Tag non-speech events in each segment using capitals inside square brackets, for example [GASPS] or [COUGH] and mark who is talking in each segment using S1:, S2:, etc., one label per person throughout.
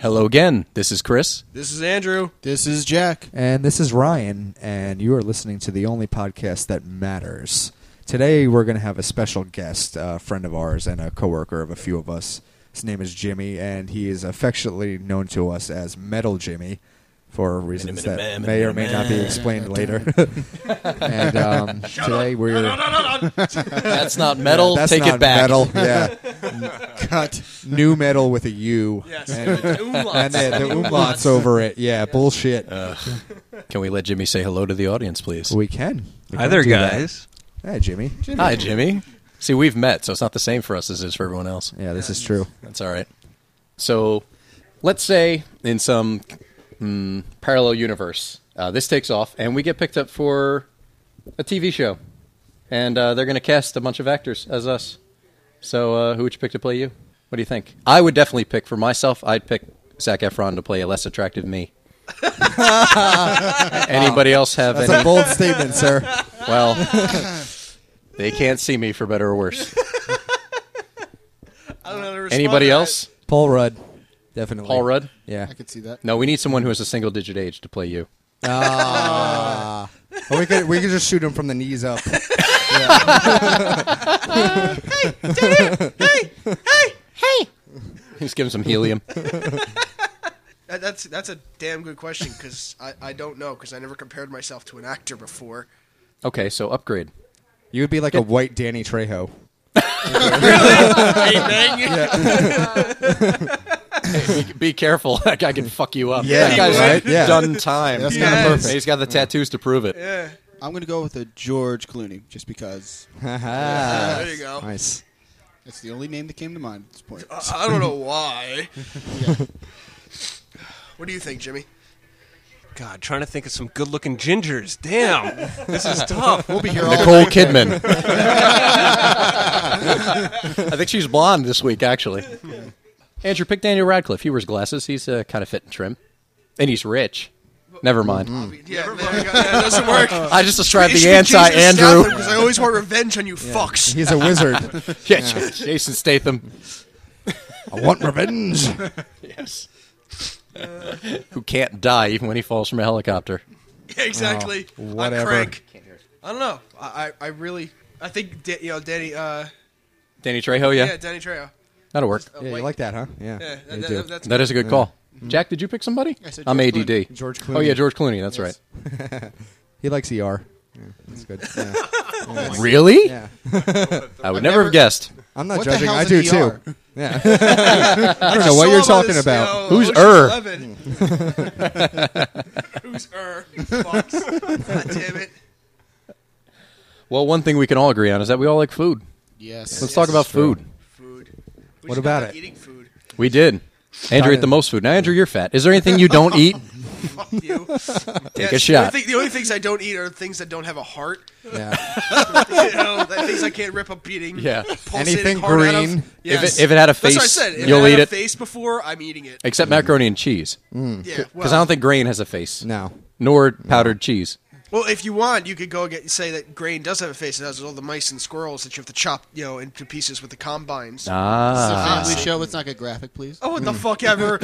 S1: Hello again. This is Chris.
S2: This is Andrew.
S3: This is Jack.
S4: And this is Ryan, and you are listening to the only podcast that matters. Today, we're going to have a special guest, a friend of ours and a coworker of a few of us. His name is Jimmy, and he is affectionately known to us as Metal Jimmy for reasons
S2: minute,
S4: that
S2: man,
S4: may or
S2: minute,
S4: may not be
S2: man.
S4: explained later. [LAUGHS] and um, today, we're.
S1: That's not metal.
S4: That's
S1: Take
S4: not
S1: it back.
S4: metal. Yeah.
S1: [LAUGHS]
S4: Cut. New metal with a U.
S2: Yes,
S4: And,
S2: the umlauts.
S4: and the, the umlauts over it. Yeah, bullshit.
S1: Can we let Jimmy say hello to the audience, please?
S4: We can. We
S5: Hi
S4: can
S5: there,
S4: do that.
S5: guys.
S4: Hey, Jimmy.
S1: Hi, Jimmy. See, we've met, so it's not the same for us as it is for everyone else.
S4: Yeah, this is true.
S1: That's all right. So, let's say in some mm, parallel universe, uh, this takes off, and we get picked up for a TV show, and uh, they're going to cast a bunch of actors as us. So, uh, who would you pick to play you? What do you think? I would definitely pick for myself. I'd pick Zach Efron to play a less attractive
S2: [LAUGHS]
S1: me. Anybody else have
S4: That's
S1: any?
S4: a bold statement, sir.
S2: [LAUGHS]
S1: Well, they can't see me for better or worse.
S2: I don't know how to respond
S1: Anybody
S2: to that.
S1: else?
S4: Paul Rudd, definitely.
S1: Paul Rudd?
S4: Yeah.
S3: I could see that.
S1: No, we need someone who has a single digit age to play you.
S4: Or we could we could just shoot him from the knees up.
S1: Just give him some helium.
S2: That- That's that's a damn good question because I, I don't know because I never compared myself to an actor before.
S1: [LAUGHS] Okay, so upgrade.
S4: You would be like a white Danny Trejo.
S2: [LAUGHS]
S1: Be careful. [LAUGHS] That guy can fuck you up.
S4: Yeah,
S1: that guy's
S4: right? Yeah.
S1: done time.
S3: That's
S2: kinda Yes. perfect.
S1: He's got the tattoos to prove it.
S2: Yeah,
S3: I'm going to go with a George Clooney just because
S1: Uh-huh.
S2: there you go.
S4: Nice.
S3: it's the only name that came to mind at this [LAUGHS] point.
S2: I, I don't know [LAUGHS] why. What do you think, Jimmy?
S5: God, trying to think of some good-looking gingers.
S1: [LAUGHS]
S5: Damn, this is tough.
S3: We'll be here all [LAUGHS]
S1: Nicole Kidman. I think she's blonde this week, actually. Andrew, pick Daniel Radcliffe. He wears glasses. He's uh, kind of fit and trim. And he's rich. Never mind.
S2: Yeah, there you go. Yeah, it doesn't
S1: [LAUGHS]
S2: work.
S1: I just described the anti Andrew.
S2: because I always want revenge on
S1: [LAUGHS]
S2: you fucks.
S4: He's a wizard.
S1: Yeah, Jason Statham.
S4: I want revenge.
S1: Yes. [LAUGHS] Who can't die even when he falls from a helicopter.
S2: exactly.
S4: Oh, whatever.
S2: I'm crank. I don't know. I, I, I really I think da- you know Danny. Uh,
S1: Danny Trejo, yeah?
S2: yeah. Danny Trejo.
S1: That'll work.
S2: Uh,
S4: Yeah, you
S2: white-
S4: like that, huh? Yeah.
S2: Yeah,
S4: you
S2: that, that-
S4: do.
S2: that's
S1: That is a good call. Jack, did you pick somebody?
S3: I said
S1: I'm
S3: George
S1: ADD.
S3: Clooney.
S4: George
S1: Oh,
S4: Clooney.
S1: yeah, George Clooney. That's
S3: Yes.
S4: he likes ER. Yeah, that's good. Yeah.
S1: right. Really?
S4: Yeah.
S1: I would
S3: I've
S1: never
S3: never-
S1: have guessed.
S4: I'm not
S3: What the
S4: judging.
S3: hell's
S4: I
S3: an
S4: do
S3: ER?
S4: too. Yeah. [LAUGHS] I
S1: Oh,
S4: don't know what
S2: saw
S4: you're
S2: him on
S4: talking
S2: this,
S4: about.
S2: you know,
S1: Who's
S2: Ocean's
S1: er?
S2: Eleven.
S1: [LAUGHS]
S2: Who's er? Fucks. God damn it.
S1: Well, one thing we can all agree on is that we all like food.
S3: Yes.
S1: Let's talk about
S4: true.
S1: food.
S2: Food. We
S4: What
S2: should
S4: about
S2: not
S4: it?
S2: be Eating food.
S1: We did. Andrew ate the most food. Now, Andrew, you're fat. Is there anything you
S3: [LAUGHS]
S1: don't eat? [LAUGHS]
S2: Fuck you.
S1: Take
S2: Yeah,
S1: a shot.
S2: The only, thing- the only things I don't eat are things that don't have
S1: [LAUGHS]
S2: a heart.
S4: Yeah.
S2: You know, the things I can't rip up beating.
S1: Yeah.
S4: Anything green. If it-
S1: If, it, if it had a face,
S2: That's what I said. If
S1: you'll
S2: it had
S1: eat
S2: a
S1: it.
S2: face before, I'm eating it.
S1: Except macaroni and cheese.
S3: Mm.
S2: Yeah.
S1: Because
S2: Well,
S1: I don't think grain has a face.
S4: No.
S1: Nor powdered cheese.
S2: well, if you want, you could go get say that grain does have a face. It has all the mice and squirrels that you have to chop, you know, into pieces with the combines.
S1: Ah.
S3: It's a family show. Let's not get graphic, please.
S2: Oh, what the
S1: [LAUGHS]
S2: fuck ever.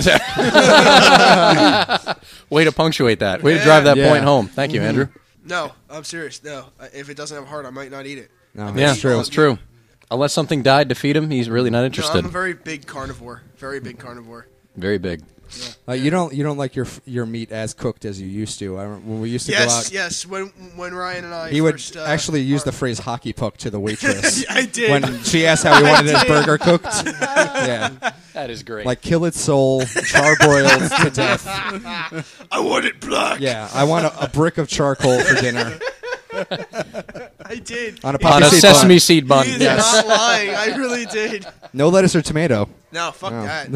S1: Way to punctuate that. Way to drive that
S4: Yeah. Mm-hmm.
S1: point home. Thank you, Andrew.
S2: No, I'm serious. No, Uh, if it doesn't have heart, I might not eat it.
S4: No.
S2: I
S4: That's
S2: mean,
S1: Yeah,
S2: eat all
S1: true.
S2: of
S1: It's
S2: you.
S1: true. Unless something died to feed him, he's really not
S2: No,
S1: interested.
S2: I'm a very big carnivore. Very big carnivore.
S1: very big.
S4: Uh, you don't you don't like your f- your meat as cooked as you used to. I remember when we used to go
S2: Yes,
S4: out.
S2: yes. When when Ryan and I
S4: He would
S2: first, uh,
S4: actually use
S2: are-
S4: the phrase "hockey puck" to the waitress
S2: [LAUGHS] I did.
S4: when she asked
S2: [LAUGHS]
S4: how he wanted his burger cooked. yeah,
S1: That is great.
S4: like kill its soul, charboiled to death.
S2: I want it black.
S4: Yeah, I want a, a brick of charcoal for dinner
S2: I
S4: [LAUGHS]
S2: did.
S4: on a
S1: on
S4: poppy
S1: a
S4: seed
S1: sesame
S4: bun.
S1: seed bun.
S2: He is not lying. I really did.
S4: No lettuce or tomato.
S2: No, fuck
S4: [LAUGHS]
S2: that.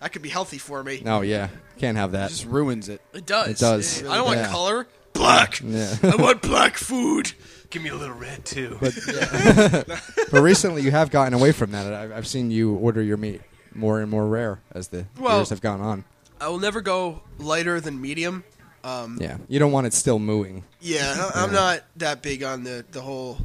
S2: That could be healthy for me.
S4: No, yeah, can't have
S3: It
S4: that.
S3: just ruins it.
S2: It does.
S4: It does.
S2: I don't want
S4: Yeah.
S2: color. Black.
S4: Yeah.
S2: [LAUGHS] I want black food.
S5: Give me a little red too.
S4: But recently, you have gotten away from that. I've, I've seen you order your meat more and more rare as the
S2: Well-
S4: years have gone on.
S2: I will never go lighter than medium. Um,
S4: Yeah, you don't want it still mooing.
S2: yeah, I- I'm not that big on the the whole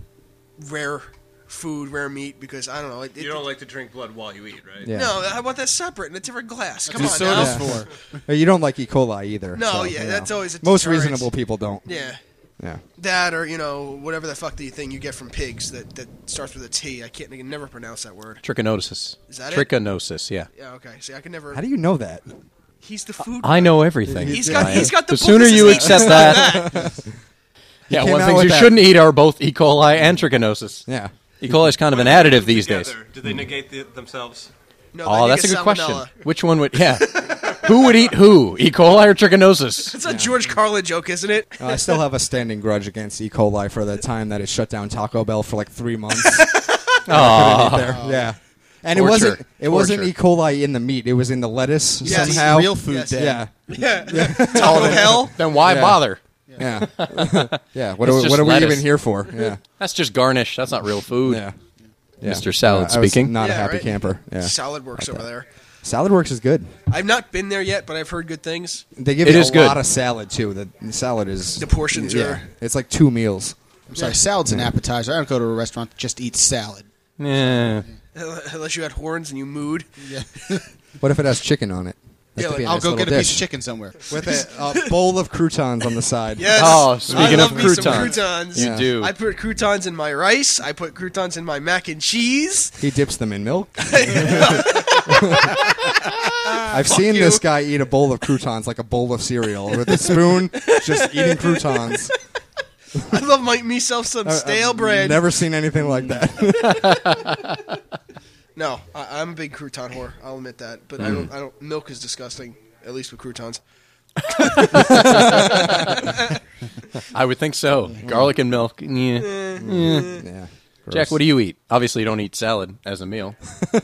S2: rare food, rare meat, because I don't know. It, it-
S5: You don't like to drink blood while you eat, right?
S4: Yeah.
S2: No, I want that separate in a different glass. Come
S3: what
S2: on,
S3: soda's
S2: now.
S3: for.
S4: Yeah. Uh, You don't like E. coli either.
S2: No,
S4: so,
S2: yeah,
S4: you
S2: that's always a
S4: most
S2: deterrent.
S4: reasonable people don't.
S2: Yeah,
S4: yeah.
S2: that or you know whatever the fuck the thing you get from pigs that that starts with a T. I can't I can never pronounce that word.
S1: Trichinosis.
S2: Is that it?
S1: Trichinosis, yeah.
S2: Yeah, okay. See, I can never.
S4: How do you know that?
S2: he's the food.
S1: I know everything.
S2: He's got- he's got the
S1: sooner you
S2: Bundesliga.
S1: accept [LAUGHS]
S2: [LAUGHS]
S1: that. yeah,
S4: came
S1: one
S4: out
S1: things
S4: with
S1: you
S4: that.
S1: shouldn't eat are both E. coli and trichinosis.
S4: Yeah.
S1: E. coli is kind of an additive these days.
S5: Do they negate the, themselves?
S2: No,
S1: Oh,
S2: they
S1: that's a
S2: get
S1: good question.
S2: salmonella.
S1: Which one would?
S2: [LAUGHS]
S1: Yeah, who would eat who? E. coli or trichinosis?
S2: It's a George Carlin joke,
S1: [LAUGHS]
S2: isn't it?
S4: Uh, I still have a standing grudge against E. coli for the time that it shut down Taco Bell for like three
S2: [LAUGHS]
S4: months.
S1: Oh,
S4: there. Yeah. And
S1: Torture.
S4: it wasn't it wasn't
S1: Torture.
S4: E. coli in the meat. It was in the lettuce
S2: Yes.
S4: somehow.
S3: Real food
S2: Yes.
S3: day.
S4: Yeah.
S2: Yeah. [LAUGHS] Taco Hell.
S1: then why
S4: Yeah.
S1: bother?
S2: [LAUGHS]
S4: Yeah. yeah. What,
S1: It's
S4: are,
S1: just
S4: what are we
S1: lettuce.
S4: even here for? Yeah.
S1: That's just garnish. That's not real food.
S4: Yeah.
S1: Mr. Salad
S4: I was
S1: speaking.
S4: Not a
S2: Yeah,
S4: happy
S2: right.
S4: camper. Yeah.
S2: Salad works over there.
S4: Salad Works is good.
S2: I've not been there yet, but I've heard good things.
S4: They give
S1: It
S4: you
S1: is
S4: a
S1: good.
S4: lot of salad too. The, the salad is
S2: The portions
S4: yeah,
S2: are-
S4: It's like two meals.
S3: I'm sorry, salad's an appetizer. I don't go to a restaurant to just eat salad.
S1: Yeah.
S2: Unless you had horns and you mooed.
S3: Yeah.
S4: What if it has chicken on it? That
S2: Yeah,
S4: could be
S2: like,
S4: a
S3: [LAUGHS] I'll
S4: nice
S3: go
S4: little
S3: get a piece
S4: dish.
S3: of chicken somewhere.
S4: with a, a bowl of croutons on the side. Uh,
S2: Yes.
S1: Oh, speaking
S2: I
S1: of
S2: love me some
S1: croutons.
S2: croutons.
S1: You
S4: Yeah.
S1: do.
S2: I put croutons in my rice. I put croutons in my mac and cheese.
S4: He dips them in milk. [LAUGHS] I've seen
S2: you.
S4: this guy eat a bowl of croutons like a bowl of cereal with a spoon, just eating croutons.
S2: I love my, myself some stale
S4: I've
S2: bread.
S4: Uh, Never seen anything like that. [LAUGHS]
S2: No, I, I'm a big crouton whore. I'll admit that. But I
S4: Mm.
S2: don't. I don't. Milk is disgusting. At least with croutons.
S1: I would think so. Garlic and milk. Yeah.
S4: yeah.
S1: Jack, what do you eat? Obviously, you don't eat salad as a meal.
S4: [LAUGHS]
S3: I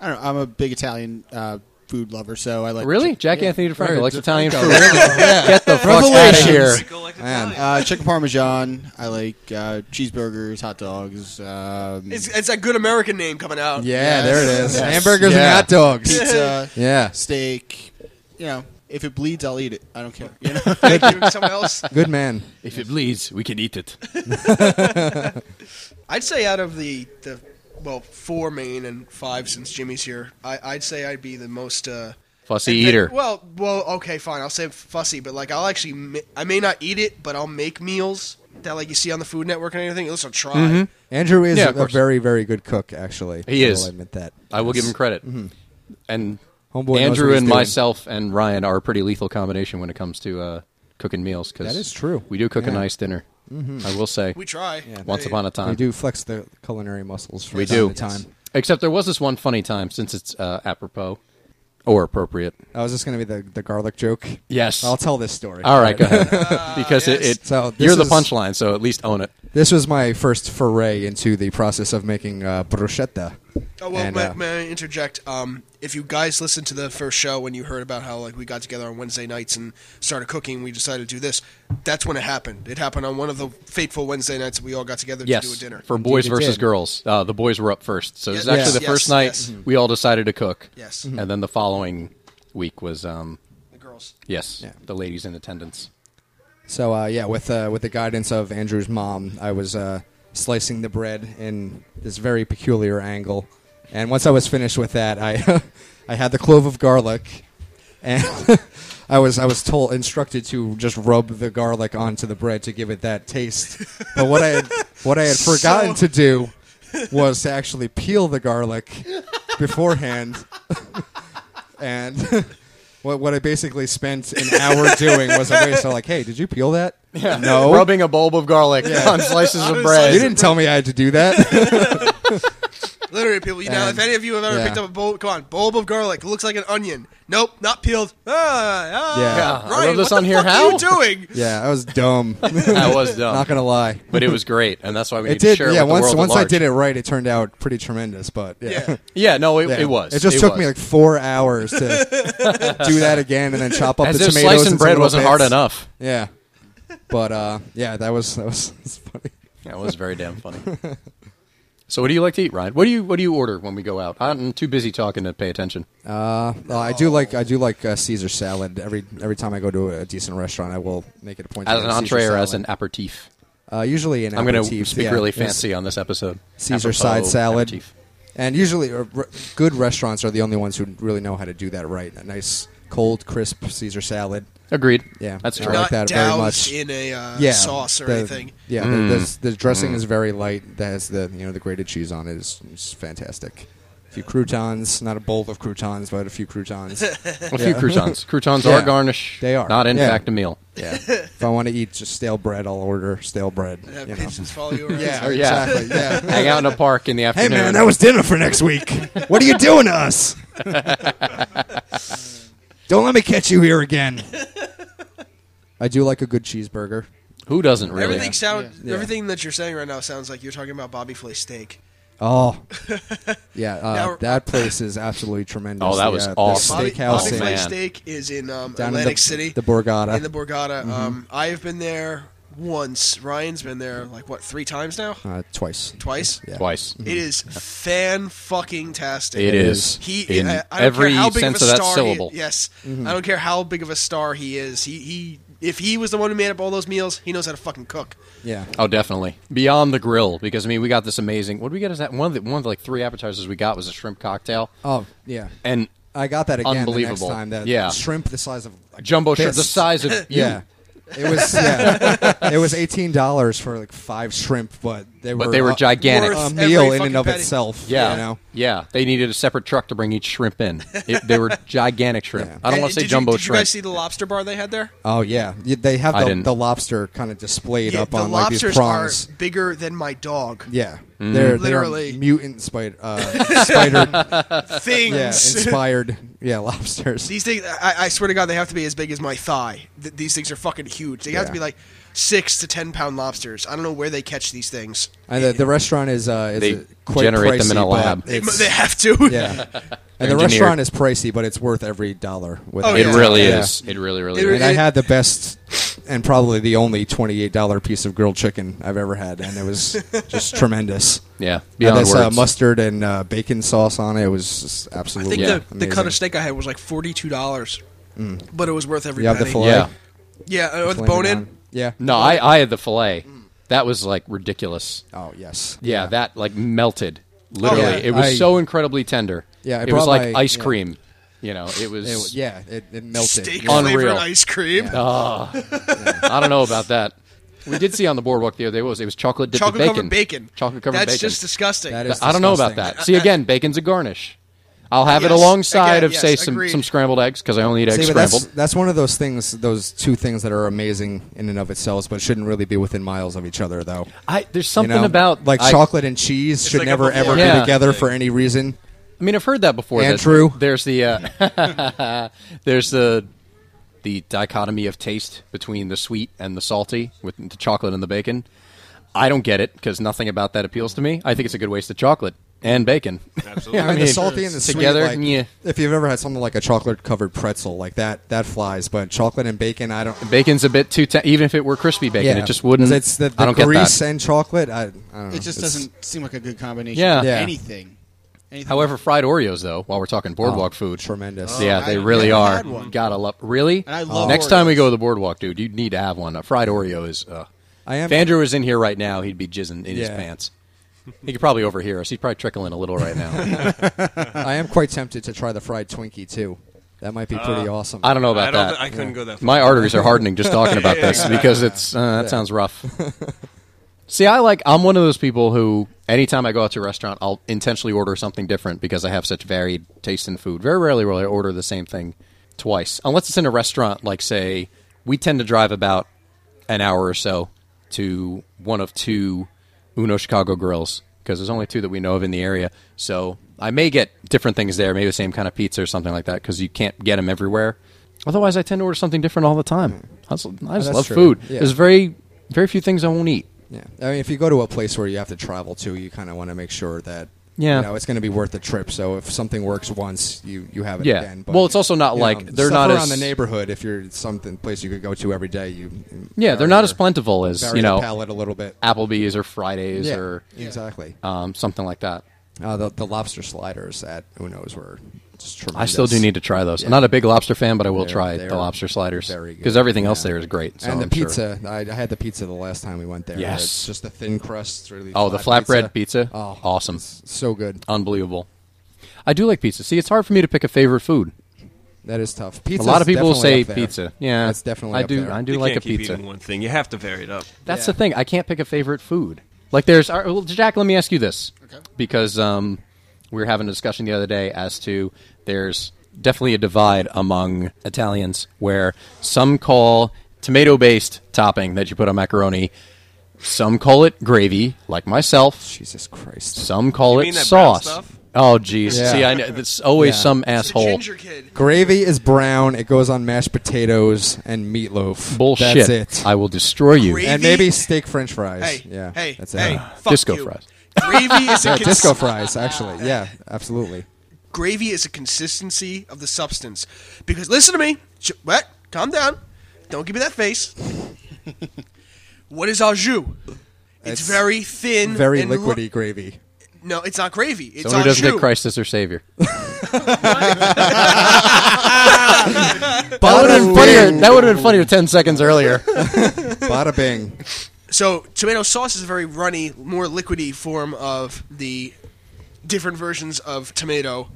S3: don't know. I'm a big Italian uh, food lover, so I like.
S1: Really? Jack Anthony DeFranco likes Italian food.
S4: [LAUGHS] Get the
S1: fuck outta here.
S5: Go like
S4: Man.
S5: Italian.
S3: Uh, chicken parmesan. I like uh, cheeseburgers, hot dogs, um,
S2: It's, it's a good American name coming out.
S4: Yeah,
S3: Yes.
S4: there it is.
S3: Yes.
S4: Hamburgers and
S1: Yeah.
S4: hot dogs.
S3: pizza,
S4: Yeah.
S3: steak. You know, if it bleeds, I'll eat it. I don't care. You know.
S2: Thank you. Someone else.
S4: Good man.
S1: If it bleeds, we can eat it.
S2: I'd say out of the, the well four main and five since Jimmy's here, I, I'd say I'd be the most uh,
S1: Fussy eater.
S2: Well, well, okay, fine. I'll say fussy, but like I'll actually ma- I may not eat it, but I'll make meals that like you see on the Food Network and anything. At least I'll try.
S1: Mm-hmm.
S4: Andrew is
S1: Yeah,
S4: a-
S1: of
S4: a,
S1: course.
S4: very, very good cook, actually.
S1: He
S4: I will
S1: is.
S4: admit that.
S1: I will give him credit. And
S4: Mm-hmm. Homeboy knows
S1: Andrew
S4: what he's
S1: and
S4: doing.
S1: myself and Ryan are a pretty lethal combination when it comes to uh, cooking meals. Cause
S4: That is true.
S1: We do cook a
S4: Yeah. Mm-hmm.
S1: nice dinner. I will say.
S2: We try.
S1: once upon a time.
S4: We do flex the culinary muscles from
S1: We
S4: time
S1: do.
S4: to time.
S1: Except there was this one funny time since it's uh, apropos or appropriate.
S4: I was just going to be the, the garlic joke.
S1: Yes.
S4: I'll tell this story.
S1: All right, go
S4: [LAUGHS]
S1: ahead. because it,
S2: Uh, yes.
S1: it
S4: So this
S1: you're the
S4: is-
S1: punchline, so at least own it.
S4: This was my first foray into the process of making uh, bruschetta.
S2: Oh well,
S4: And,
S2: may,
S4: uh,
S2: may I interject? Um, if you guys listened to the first show when you heard about how like we got together on Wednesday nights and started cooking, we decided to do this. That's when it happened. It happened on one of the fateful Wednesday nights that we all got together
S1: Yes,
S2: to do a dinner.
S1: for boys
S4: it
S1: versus
S4: did.
S1: girls. Uh, the boys were up first, so it was
S2: Yes,
S1: actually the
S2: yes,
S1: first
S2: yes,
S1: night
S2: yes.
S1: we all decided to cook.
S2: Yes.
S4: Mm-hmm.
S2: Mhm.
S1: and then the following week was um,
S2: the girls.
S1: yes,
S4: Yeah.
S1: the ladies in attendance.
S4: So uh, yeah, with uh, with the guidance of Andrew's mom, I was uh, slicing the bread in this very peculiar angle, and once I was finished with that, I [LAUGHS] I had the clove of garlic, and [LAUGHS] I was I was told instructed to just rub the garlic onto the bread to give it that taste. But what I had, what I had forgotten to do was to actually peel the garlic beforehand, [LAUGHS] and. [LAUGHS] What, what I basically spent an hour doing was a waste. So like, hey, did you peel that?
S1: [LAUGHS]
S4: No.
S1: rubbing a bulb of garlic on slices
S4: [LAUGHS]
S1: of bread.
S4: You didn't tell me I had to
S1: [LAUGHS]
S4: do that.
S2: Literally, people. You know,
S4: And-
S2: if any of you have ever
S4: yeah.
S2: picked up a bulb, come on, bulb of garlic looks like an onion. Nope, not peeled. Ah, ah.
S4: Yeah. [LAUGHS] Yeah,
S1: I
S2: Ryan,
S1: wrote this
S2: what
S1: on
S2: the
S1: here,
S2: fuck
S1: how?
S2: are you doing?
S4: yeah, I
S1: [LAUGHS]
S4: was dumb.
S1: That was dumb,
S4: Not gonna lie.
S1: but it was great, and that's why we need
S4: It
S1: to
S4: did.
S1: share. it
S4: Yeah,
S1: with the
S4: once
S1: world at
S4: once I
S1: large.
S4: did it right, it turned out pretty tremendous. But yeah,
S2: Yeah.
S1: Yeah, no, it,
S4: [LAUGHS] Yeah.
S1: it was.
S4: It just took me
S1: was.
S4: like four
S1: [LAUGHS]
S4: hours to do that again, and then chop up
S1: as
S4: the
S1: if
S4: tomatoes.
S1: slicing
S4: and
S1: bread wasn't hard enough.
S4: Yeah. But uh, yeah, that was that was, [LAUGHS] that's funny.
S1: That was very damn funny. so, what do you like to eat, Ryan? What do you What do you order when we go out? I'm too busy talking to pay attention.
S4: Uh, well, I do like I do like uh, Caesar salad. Every every time I go to a decent restaurant, I will make it a point to
S1: As
S4: get
S1: an
S4: a Caesar
S1: entree or as
S4: salad.
S1: an aperitif?
S4: Uh, usually an
S1: I'm going to
S4: aperitif,
S1: speak
S4: yeah.
S1: really
S4: Yes.
S1: fancy on this episode.
S4: Caesar
S1: Apropos
S4: side salad.
S1: aperitif.
S4: And usually, uh, re- good restaurants are the only ones who really know how to do that right. A nice, cold, crisp Caesar salad.
S1: Agreed.
S4: Yeah,
S1: that's
S4: [LAUGHS] I
S1: true.
S4: like
S2: Not
S4: that very
S2: doused
S4: much.
S2: in a uh,
S4: yeah,
S2: sauce or
S4: the-
S2: anything.
S4: Yeah, the-
S1: Mm.
S4: the, the dressing is very light. That has the you know the grated cheese on it is, is fantastic. A few croutons, not a bowl of croutons, but a few
S2: [LAUGHS]
S4: croutons.
S1: A few
S4: [LAUGHS]
S1: croutons. Croutons
S4: Yeah.
S1: are garnish.
S4: They are.
S1: not in
S4: Yeah.
S1: fact a meal.
S4: yeah, if I want to eat just stale bread, I'll order stale bread.
S2: And have
S4: you know.
S2: pigeons follow you
S4: [LAUGHS]
S2: around.
S4: Yeah,
S1: Oh, yeah.
S4: exactly. Yeah.
S1: Hang out in
S4: [LAUGHS]
S1: a park in the
S4: Hey
S1: afternoon.
S4: man, that was dinner for next [LAUGHS] week. What are you doing to us? Don't let me catch you here again. I do like a good cheeseburger.
S1: who doesn't really?
S2: Everything sound,
S4: Yeah.
S2: everything that you're saying right now sounds like you're talking about Bobby Flay steak.
S4: Oh, yeah, uh,
S2: Now-
S4: that place is absolutely tremendous.
S1: Oh, that was
S4: yeah, the
S1: awesome.
S2: Bobby,
S4: steakhouse
S2: Bobby
S1: Oh,
S4: in-
S2: Flay
S1: man.
S2: steak is in um,
S4: down
S2: Atlantic
S4: in the,
S2: City
S4: the Mm-hmm. Borgata.
S2: in the Borgata. Um, I have been there once. Ryan's been there like what three times now?
S4: uh, twice.
S2: Twice.
S4: Yeah.
S1: Twice.
S2: It is fan fucking tastic.
S1: Mm-hmm. It is.
S2: He
S1: In
S2: I, I don't
S1: every
S2: care how big
S1: sense
S2: of a
S1: of that
S2: star
S1: syllable. Mm-hmm.
S2: He, yes, I don't care how big of a star he is. He he. If he was the one who made up all those meals, he knows how to fucking cook.
S4: Yeah.
S1: Oh, definitely beyond the grill because I mean we got this amazing. What did we get? Is that one of the one of the, like three appetizers we got was a shrimp cocktail
S4: Oh, yeah.
S1: and
S4: I got that again the
S1: Unbelievable.
S4: next time. That
S1: Yeah.
S4: shrimp the size of a
S1: jumbo shrimp the
S4: fist.
S1: size
S4: [LAUGHS]
S1: of you.
S4: Yeah. It was
S2: [LAUGHS]
S4: yeah. it was eighteen dollars for like five shrimp, but they were
S1: But they were
S4: a-
S1: gigantic.
S4: A
S2: Worth
S4: meal
S2: every
S4: in and
S2: fucking
S4: of
S2: penny.
S4: itself.
S1: Yeah,
S4: you know?
S1: yeah. They needed a separate truck to bring each shrimp in. It, they were gigantic shrimp.
S4: Yeah.
S1: I don't
S2: And
S1: want to
S2: did
S1: say
S2: you-
S1: jumbo
S2: Did you
S1: shrimp.
S2: guys see the lobster bar they had there?
S4: Oh yeah, Y- they have
S1: I
S4: the,
S1: didn't.
S4: the lobster kind of displayed up
S2: the
S4: on like these
S2: lobsters
S4: prongs.
S2: are bigger than
S1: [LAUGHS]
S2: my dog.
S4: Yeah,
S1: Mm-hmm.
S4: they're
S2: Literally.
S4: they are mutant spider
S2: [LAUGHS]
S4: uh, spider
S2: Things. [LAUGHS]
S4: yeah inspired yeah lobsters.
S2: These things, I, I swear to God, they have to be as big as my thigh. Th- these things are fucking huge. They have
S4: Yeah.
S2: to be like six to ten pound lobsters. I don't know where they catch these things.
S4: And the, the restaurant is uh, is
S1: They
S4: uh, quite
S1: generate
S4: pricey,
S1: them in a
S4: but
S1: lab.
S2: [LAUGHS] They,
S4: it's-
S2: they have to.
S4: yeah,
S2: [LAUGHS]
S4: and the
S1: engineered.
S4: restaurant is pricey, but it's worth every dollar. without
S1: It
S2: Oh, Yeah.
S1: really
S4: Yeah.
S1: is. It really, really
S2: It
S1: is.
S4: And I had the best and probably the only twenty-eight dollar piece of grilled chicken I've ever had, and it was
S2: [LAUGHS]
S4: just tremendous.
S1: Yeah,
S4: Had
S1: beyond
S4: this uh,
S1: words.
S4: mustard and uh, bacon sauce on it. It was just
S2: I
S4: absolutely
S2: think
S1: Yeah.
S2: the, the cut
S4: amazing.
S2: of steak I had was like forty two dollars, but it was worth every
S4: You have the
S2: penny.
S4: fillet,
S1: Yeah.
S2: yeah, uh, with
S4: filet
S2: bone in.
S4: mignon. Yeah.
S1: no, I, I had the fillet. That was like ridiculous.
S4: Oh yes.
S1: Yeah, that like melted. Literally,
S2: yeah.
S1: it was
S4: I-
S1: so incredibly tender.
S4: Yeah, I
S1: it was
S4: brought
S1: like
S4: my-
S1: ice
S4: yeah.
S1: cream. You know, it was.
S4: It w- yeah, it, it melted.
S2: Steak
S4: Yeah.
S1: Unreal.
S2: flavored ice cream.
S1: I don't know about that. We did see on the boardwalk the other day. What was it? It was chocolate dipped with
S2: Chocolate covered bacon.
S1: Chocolate covered
S2: That's
S1: bacon.
S2: just disgusting.
S4: That
S1: Th-
S4: is
S1: I don't know about
S4: disgusting.
S1: that. See again, bacon's a garnish. I'll have it
S2: Yes,
S1: alongside
S2: again,
S1: of say
S2: yes,
S1: some,
S2: agreed.
S1: some scrambled eggs because I only eat eggs
S4: See, but that's,
S1: scrambled.
S4: that's one of those things, those two things that are amazing in and of itself, but shouldn't really be within miles of each other, though.
S1: I, there's
S4: You
S1: something
S4: know?
S1: about
S4: like
S1: I-
S4: chocolate and cheese should
S5: like a
S4: never ever
S5: before-
S4: be
S1: Yeah.
S4: together for any reason.
S1: I mean, I've heard that before. that
S4: Andrew?
S1: there's the uh, [LAUGHS] there's the the dichotomy of taste between the sweet and the salty with the chocolate and the bacon. I don't get it because nothing about that appeals to me. I think it's a good waste of chocolate and bacon. [LAUGHS]
S5: Absolutely.
S1: I
S4: I mean,
S1: mean,
S4: the salty and the
S1: together,
S4: sweet. Like,
S1: yeah.
S4: If you've ever had something like a chocolate covered pretzel, like that, that flies. But chocolate and bacon, I don't.
S1: Bacon's a bit too te- even if it were crispy bacon,
S4: Yeah.
S1: it just wouldn't.
S4: 'Cause It's the, the
S1: I don't
S4: grease
S1: get that.
S4: and chocolate. I, I don't know.
S3: It just
S4: It's-
S3: doesn't seem like a good combination.
S1: Yeah.
S3: of
S4: Yeah.
S3: Anything. Anything.
S1: However, fried Oreos though, while we're talking boardwalk
S4: Oh,
S1: food,
S4: tremendous.
S1: yeah,
S2: I
S1: they
S2: haven't
S1: really
S2: had
S1: are.
S2: one.
S1: Gotta love. Really?
S3: And I love
S1: Next time we
S3: Oreos.
S1: go to the boardwalk, dude, you need to have one. A fried Oreo is. Uh,
S4: I am-
S1: If Andrew was in here right now, he'd be jizzing in his
S4: Yeah.
S1: pants. He could probably overhear us. He's probably trickling a little right
S5: [LAUGHS]
S1: now.
S4: I am quite tempted to try the fried Twinkie too. That might be
S3: Uh,
S4: pretty awesome.
S1: I don't know about
S5: I, don't,
S1: that.
S5: I couldn't go that far.
S1: My arteries are hardening just
S5: [LAUGHS]
S1: talking about this because it's uh, that sounds rough. See, I like I'm one of those people who anytime I go out to a restaurant, I'll intentionally order something different because I have such varied taste in food. Very rarely will I order the same thing twice, unless it's in a restaurant. Like say, we tend to drive about an hour or so to one of two Uno Chicago grills because there's only two that we know of in the area. So I may get different things there, maybe the same kind of pizza or something like that because you can't get them everywhere. Otherwise, I tend to order something different all the time. I just, I just
S4: that's
S1: love
S4: true.
S1: food.
S4: Yeah.
S1: There's very very few things I won't eat.
S4: Yeah, I mean, if you go to a place where you have to travel to, you kind of want to make sure that
S1: Yeah.
S4: you know, it's going to be worth the trip. So if something works once, you you have it
S1: Yeah.
S4: again.
S1: Well, it's also not
S4: you
S1: like-
S4: know,
S1: they're
S4: stuff
S1: not
S4: around
S1: as-
S4: the neighborhood. If you're something place you could go to every day, you
S1: Yeah,
S4: vary
S1: they're not as
S4: your-
S1: plentiful as
S4: vary
S1: you
S4: your
S1: know
S4: palate a little bit.
S1: Applebee's or Fridays
S4: Yeah,
S1: or
S4: exactly.
S1: um, something like that.
S4: Uh, the, the lobster sliders at Uno's were just tremendous.
S1: I still do need to try those.
S4: Yeah.
S1: I'm not a big lobster fan, but I will
S4: They're-
S1: try
S4: they're
S1: the lobster sliders
S4: very good.
S1: because everything else
S4: Yeah.
S1: there is great. So
S6: and the
S1: I'm sure-
S6: pizza. I, I had the pizza the last time we went there.
S1: Yes.
S6: It's just the thin crust. Really
S1: Oh, the
S6: flat
S1: flatbread pizza.
S6: Oh,
S1: awesome,
S6: So good.
S1: unbelievable. I do like pizza. See, it's hard for me to pick a favorite food.
S6: That is tough.
S1: A
S6: Pizza's
S1: lot of people
S6: definitely
S1: say
S6: up there.
S1: pizza. Yeah,
S6: That's definitely
S1: I
S6: up
S1: do.
S6: there.
S1: I do
S5: you
S1: like
S5: can't
S1: a
S5: keep
S1: pizza.
S5: eating one thing. You have to vary it up.
S1: That's
S6: Yeah.
S1: the thing. I can't pick a favorite food. Like there's, all right, well, Jack. Let me ask you this, because um, we were having a discussion the other day as to there's definitely a divide among Italians where some call tomato-based topping that you put on macaroni, some call it gravy, like myself.
S4: Jesus Christ.
S1: Some call
S5: You
S1: it
S5: mean that brown
S1: sauce.
S5: stuff?
S1: Oh, jeez.
S6: Yeah.
S1: See, I know, there's always
S4: Yeah.
S1: some
S2: It's a
S1: asshole.
S2: ginger kid.
S6: Gravy is brown. It goes on mashed potatoes and meatloaf.
S1: Bullshit.
S6: That's it.
S1: I will destroy you.
S2: Gravy?
S6: and maybe steak French fries.
S2: Hey,
S6: yeah.
S2: hey,
S6: that's it.
S2: hey, fuck
S1: Disco
S2: you.
S1: fries.
S2: Gravy is
S1: [LAUGHS]
S2: a
S6: Yeah,
S2: cons-
S6: disco fries. Actually, yeah, absolutely.
S2: gravy is a consistency of the substance. Because listen to me, Ch- what? Calm down. Don't give me that face. what is au jus?
S6: It's
S2: It's, very thin,
S6: Very
S2: and lo-
S6: liquidy gravy.
S2: no, it's not gravy. It's
S1: Someone
S2: au
S1: who doesn't
S2: jus.
S1: get Christ as their
S3: [LAUGHS]
S1: savior.
S6: Bada
S1: That would have been funnier.
S6: bing.
S1: That would have been funnier ten seconds
S3: [LAUGHS]
S1: earlier.
S6: Bada [LAUGHS] bing.
S2: So tomato sauce is a very runny, more liquidy form of the different versions of tomato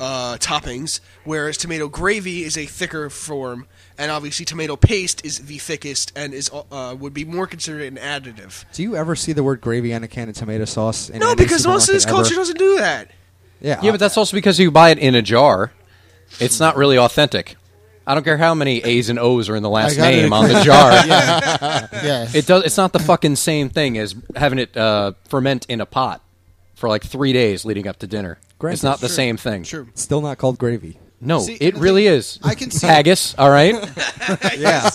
S2: uh, toppings, whereas tomato gravy is a thicker form, and obviously tomato paste is the thickest and is uh, would be more considered an additive.
S4: Do you ever see the word gravy on a can of tomato sauce? In
S2: No,
S4: any
S2: because most of this
S4: supermarket ever?
S2: culture doesn't do that.
S4: Yeah,
S1: Yeah, but that's also because you buy it in a jar. It's not really authentic. I don't care how many A's and O's are in the last
S3: got it
S1: name on the
S3: across-
S1: jar.
S3: [LAUGHS] Yeah.
S1: It does. It's not the fucking same thing as having it uh, ferment in a pot for like three days leading up to dinner.
S4: Granted.
S1: it's not the same thing.
S2: True.
S4: still not called gravy.
S1: No,
S3: See,
S1: it
S3: and the
S1: really
S3: thing-
S1: is.
S3: I can see-
S1: haggis. All right.
S3: [LAUGHS]
S6: Yeah,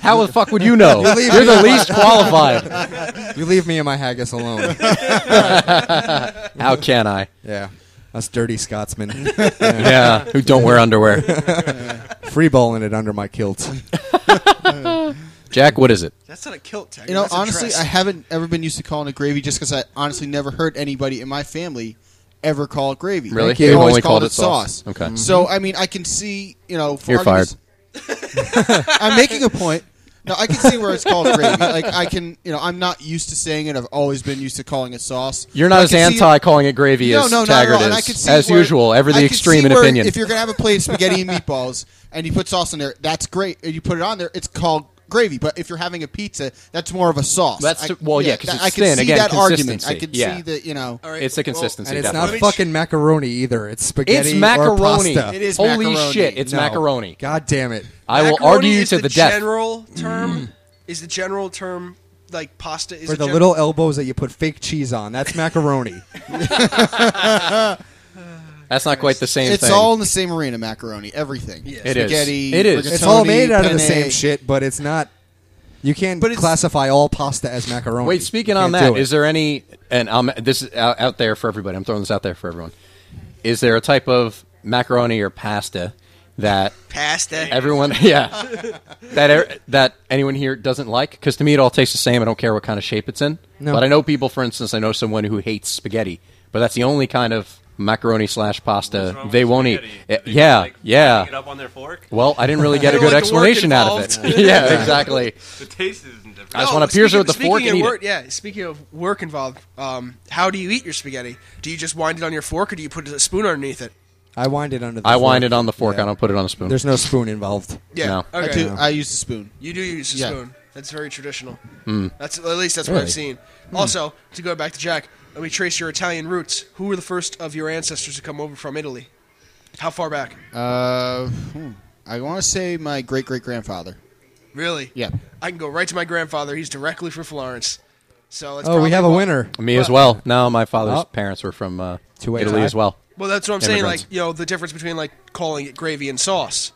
S1: How the fuck would you know?
S6: Believe
S1: You're the
S6: me.
S1: least qualified.
S6: you leave me and my haggis alone.
S1: How can I?
S6: Yeah, us dirty Scotsmen, [LAUGHS]
S1: Yeah, [LAUGHS] who don't wear underwear.
S6: free balling it under my kilt.
S1: Jack, what is it?
S2: That's not a kilt, Tiger.
S3: You know,
S2: That's a
S3: honestly,
S2: dress.
S3: I haven't ever been used to calling it gravy just because I honestly never heard anybody in my family ever call it gravy.
S1: Really?
S3: They
S1: They've
S3: always
S1: only
S3: called, it sauce.
S1: Okay. Mhm.
S3: So, I mean, I can see, you know, for
S1: You're fired.
S3: arguments- [LAUGHS] I'm making a point. No, I can see where it's called gravy. Like, I can, you know, I'm not used to saying it. I've always been used to calling it sauce.
S1: You're
S3: But
S1: not
S3: I
S1: as
S3: can see-
S1: anti calling it gravy
S3: No,
S1: as
S3: no, not at
S1: Taggart
S3: all. And I
S1: is.
S3: can see
S1: as
S3: where-
S1: usual, ever
S3: I
S1: the
S3: can
S1: extreme
S3: see
S1: in
S3: where
S1: opinion.
S3: If you're gonna have a plate of spaghetti and meatballs and you put sauce in there, that's great. And you put it on there, it's called gravy. But if you're having a pizza, that's more of a sauce.
S1: That's- well, yeah, 'cause
S3: that-
S1: it's
S3: I can
S1: thin.
S3: see
S1: Again,
S3: that argument. I
S1: consistency.
S3: can
S1: Yeah.
S3: see that you know.
S2: All right,
S1: It's a
S2: well,
S1: consistency.
S6: And it's
S1: definitely.
S6: not fucking macaroni either. It's spaghetti
S1: It's macaroni.
S6: or pasta.
S3: It is
S1: Holy
S3: macaroni.
S1: shit! It's
S6: No.
S1: macaroni.
S6: God damn it!
S1: I will
S2: Macaroni
S1: argue you
S2: is
S1: to the, death.
S2: General term is the general term like pasta is
S6: For
S2: a
S6: the
S2: gen-
S6: little elbows that you put fake cheese on, that's macaroni.
S1: That's not quite the same
S3: It's
S1: thing.
S3: all in the same arena, macaroni, everything.
S1: It is.
S3: Spaghetti,
S1: It is.
S3: rigatoni,
S6: it's all made out of the
S3: penne.
S6: same shit, but it's not. You can't
S3: But it's-
S6: classify all pasta as macaroni.
S1: Wait, speaking
S6: You
S1: on
S6: can't
S1: that,
S6: do it.
S1: is there any? And um, this is out, out there for everybody. I'm throwing this out there for everyone. Is there a type of macaroni or pasta that
S2: pasta.
S1: everyone, [LAUGHS] yeah, that er, that anyone here doesn't like? Because to me, it all tastes the same. I don't care what kind of shape it's in.
S6: No.
S1: But I know people. For instance, I know someone who hates spaghetti, but that's the only kind of macaroni slash pasta uh, they won't eat. Eh, yeah, yeah.
S5: It up on their fork.
S1: Well, I didn't really get a
S2: don't
S1: good
S2: like the work
S1: explanation out of it. [LAUGHS]
S2: involved.
S1: yeah, exactly.
S5: The taste isn't different.
S1: I just want to pierce it
S2: Oh, speaking-
S1: with the
S2: speaking
S1: fork and
S2: of
S1: eat
S2: work,
S1: it.
S2: Yeah, speaking of work involved, um, how do you eat your spaghetti? Do you just wind it on your fork, or do you put a spoon underneath it?
S6: I wind it under. the
S1: I
S6: fork.
S1: wind it on the fork.
S6: Yeah.
S1: I don't put it on a spoon.
S6: There's no spoon involved.
S2: Yeah,
S1: No.
S2: okay.
S3: I, do, I use the spoon.
S2: You do use a
S3: Yeah.
S2: spoon. That's very traditional.
S1: Hmm.
S2: That's at least that's what I've
S6: Really?
S2: seen. Also, to go back to Jack, let me trace your Italian roots. Who were the first of your ancestors to come over from Italy? How far back?
S3: Uh, hmm. I want to say my great great grandfather.
S2: Really?
S3: Yeah.
S2: I can go right to my grandfather. He's directly from Florence. So that's
S6: Oh, we
S2: probably
S6: have a
S2: why-
S6: winner.
S1: Me as well. No, my father's
S6: Oh.
S1: parents were from uh,
S6: Two-way
S1: Italy
S6: tie.
S1: as well.
S2: Well, that's what I'm saying.
S1: Immigrants.
S2: Like you know, the difference between like calling it gravy and sauce.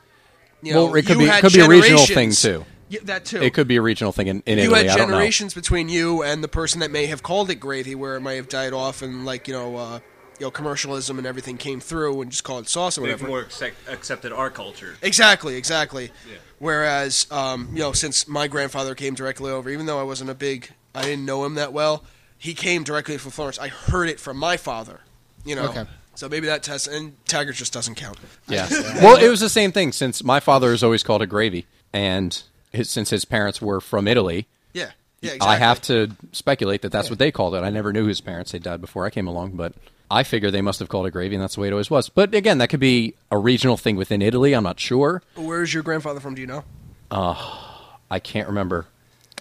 S2: You
S1: Well,
S2: know,
S1: it could
S2: you
S1: be- it
S2: had
S1: could be a regional
S2: generations-
S1: thing, too.
S2: Yeah, that too.
S1: It could be a regional thing in, in
S2: You
S1: Italy.
S2: had
S1: I don't know.
S2: generations between you and the person that may have called it gravy, where it might have died off, and like you know, uh, you know, commercialism and everything came through, and just called it sauce or
S5: They've
S2: whatever.
S5: more accept, accepted our culture.
S2: Exactly, exactly. Whereas, um, you know, since my grandfather came directly over, even though I wasn't a big, I didn't know him that well, he came directly from Florence. I heard it from my father. You know,
S3: Okay.
S2: so maybe that test and Taggart just doesn't count. [LAUGHS]
S1: Yeah. well, it was the same thing since my father is always called a gravy, and his, since his parents were from Italy,
S2: Yeah, yeah, exactly.
S1: I have to speculate that that's what they called it. I never knew his parents; they died before I came along, but I figure they must have called it gravy, and that's the way it always was. But again, that could be a regional thing within Italy. I'm not sure.
S2: Where is your grandfather from? Do you know?
S1: I can't remember.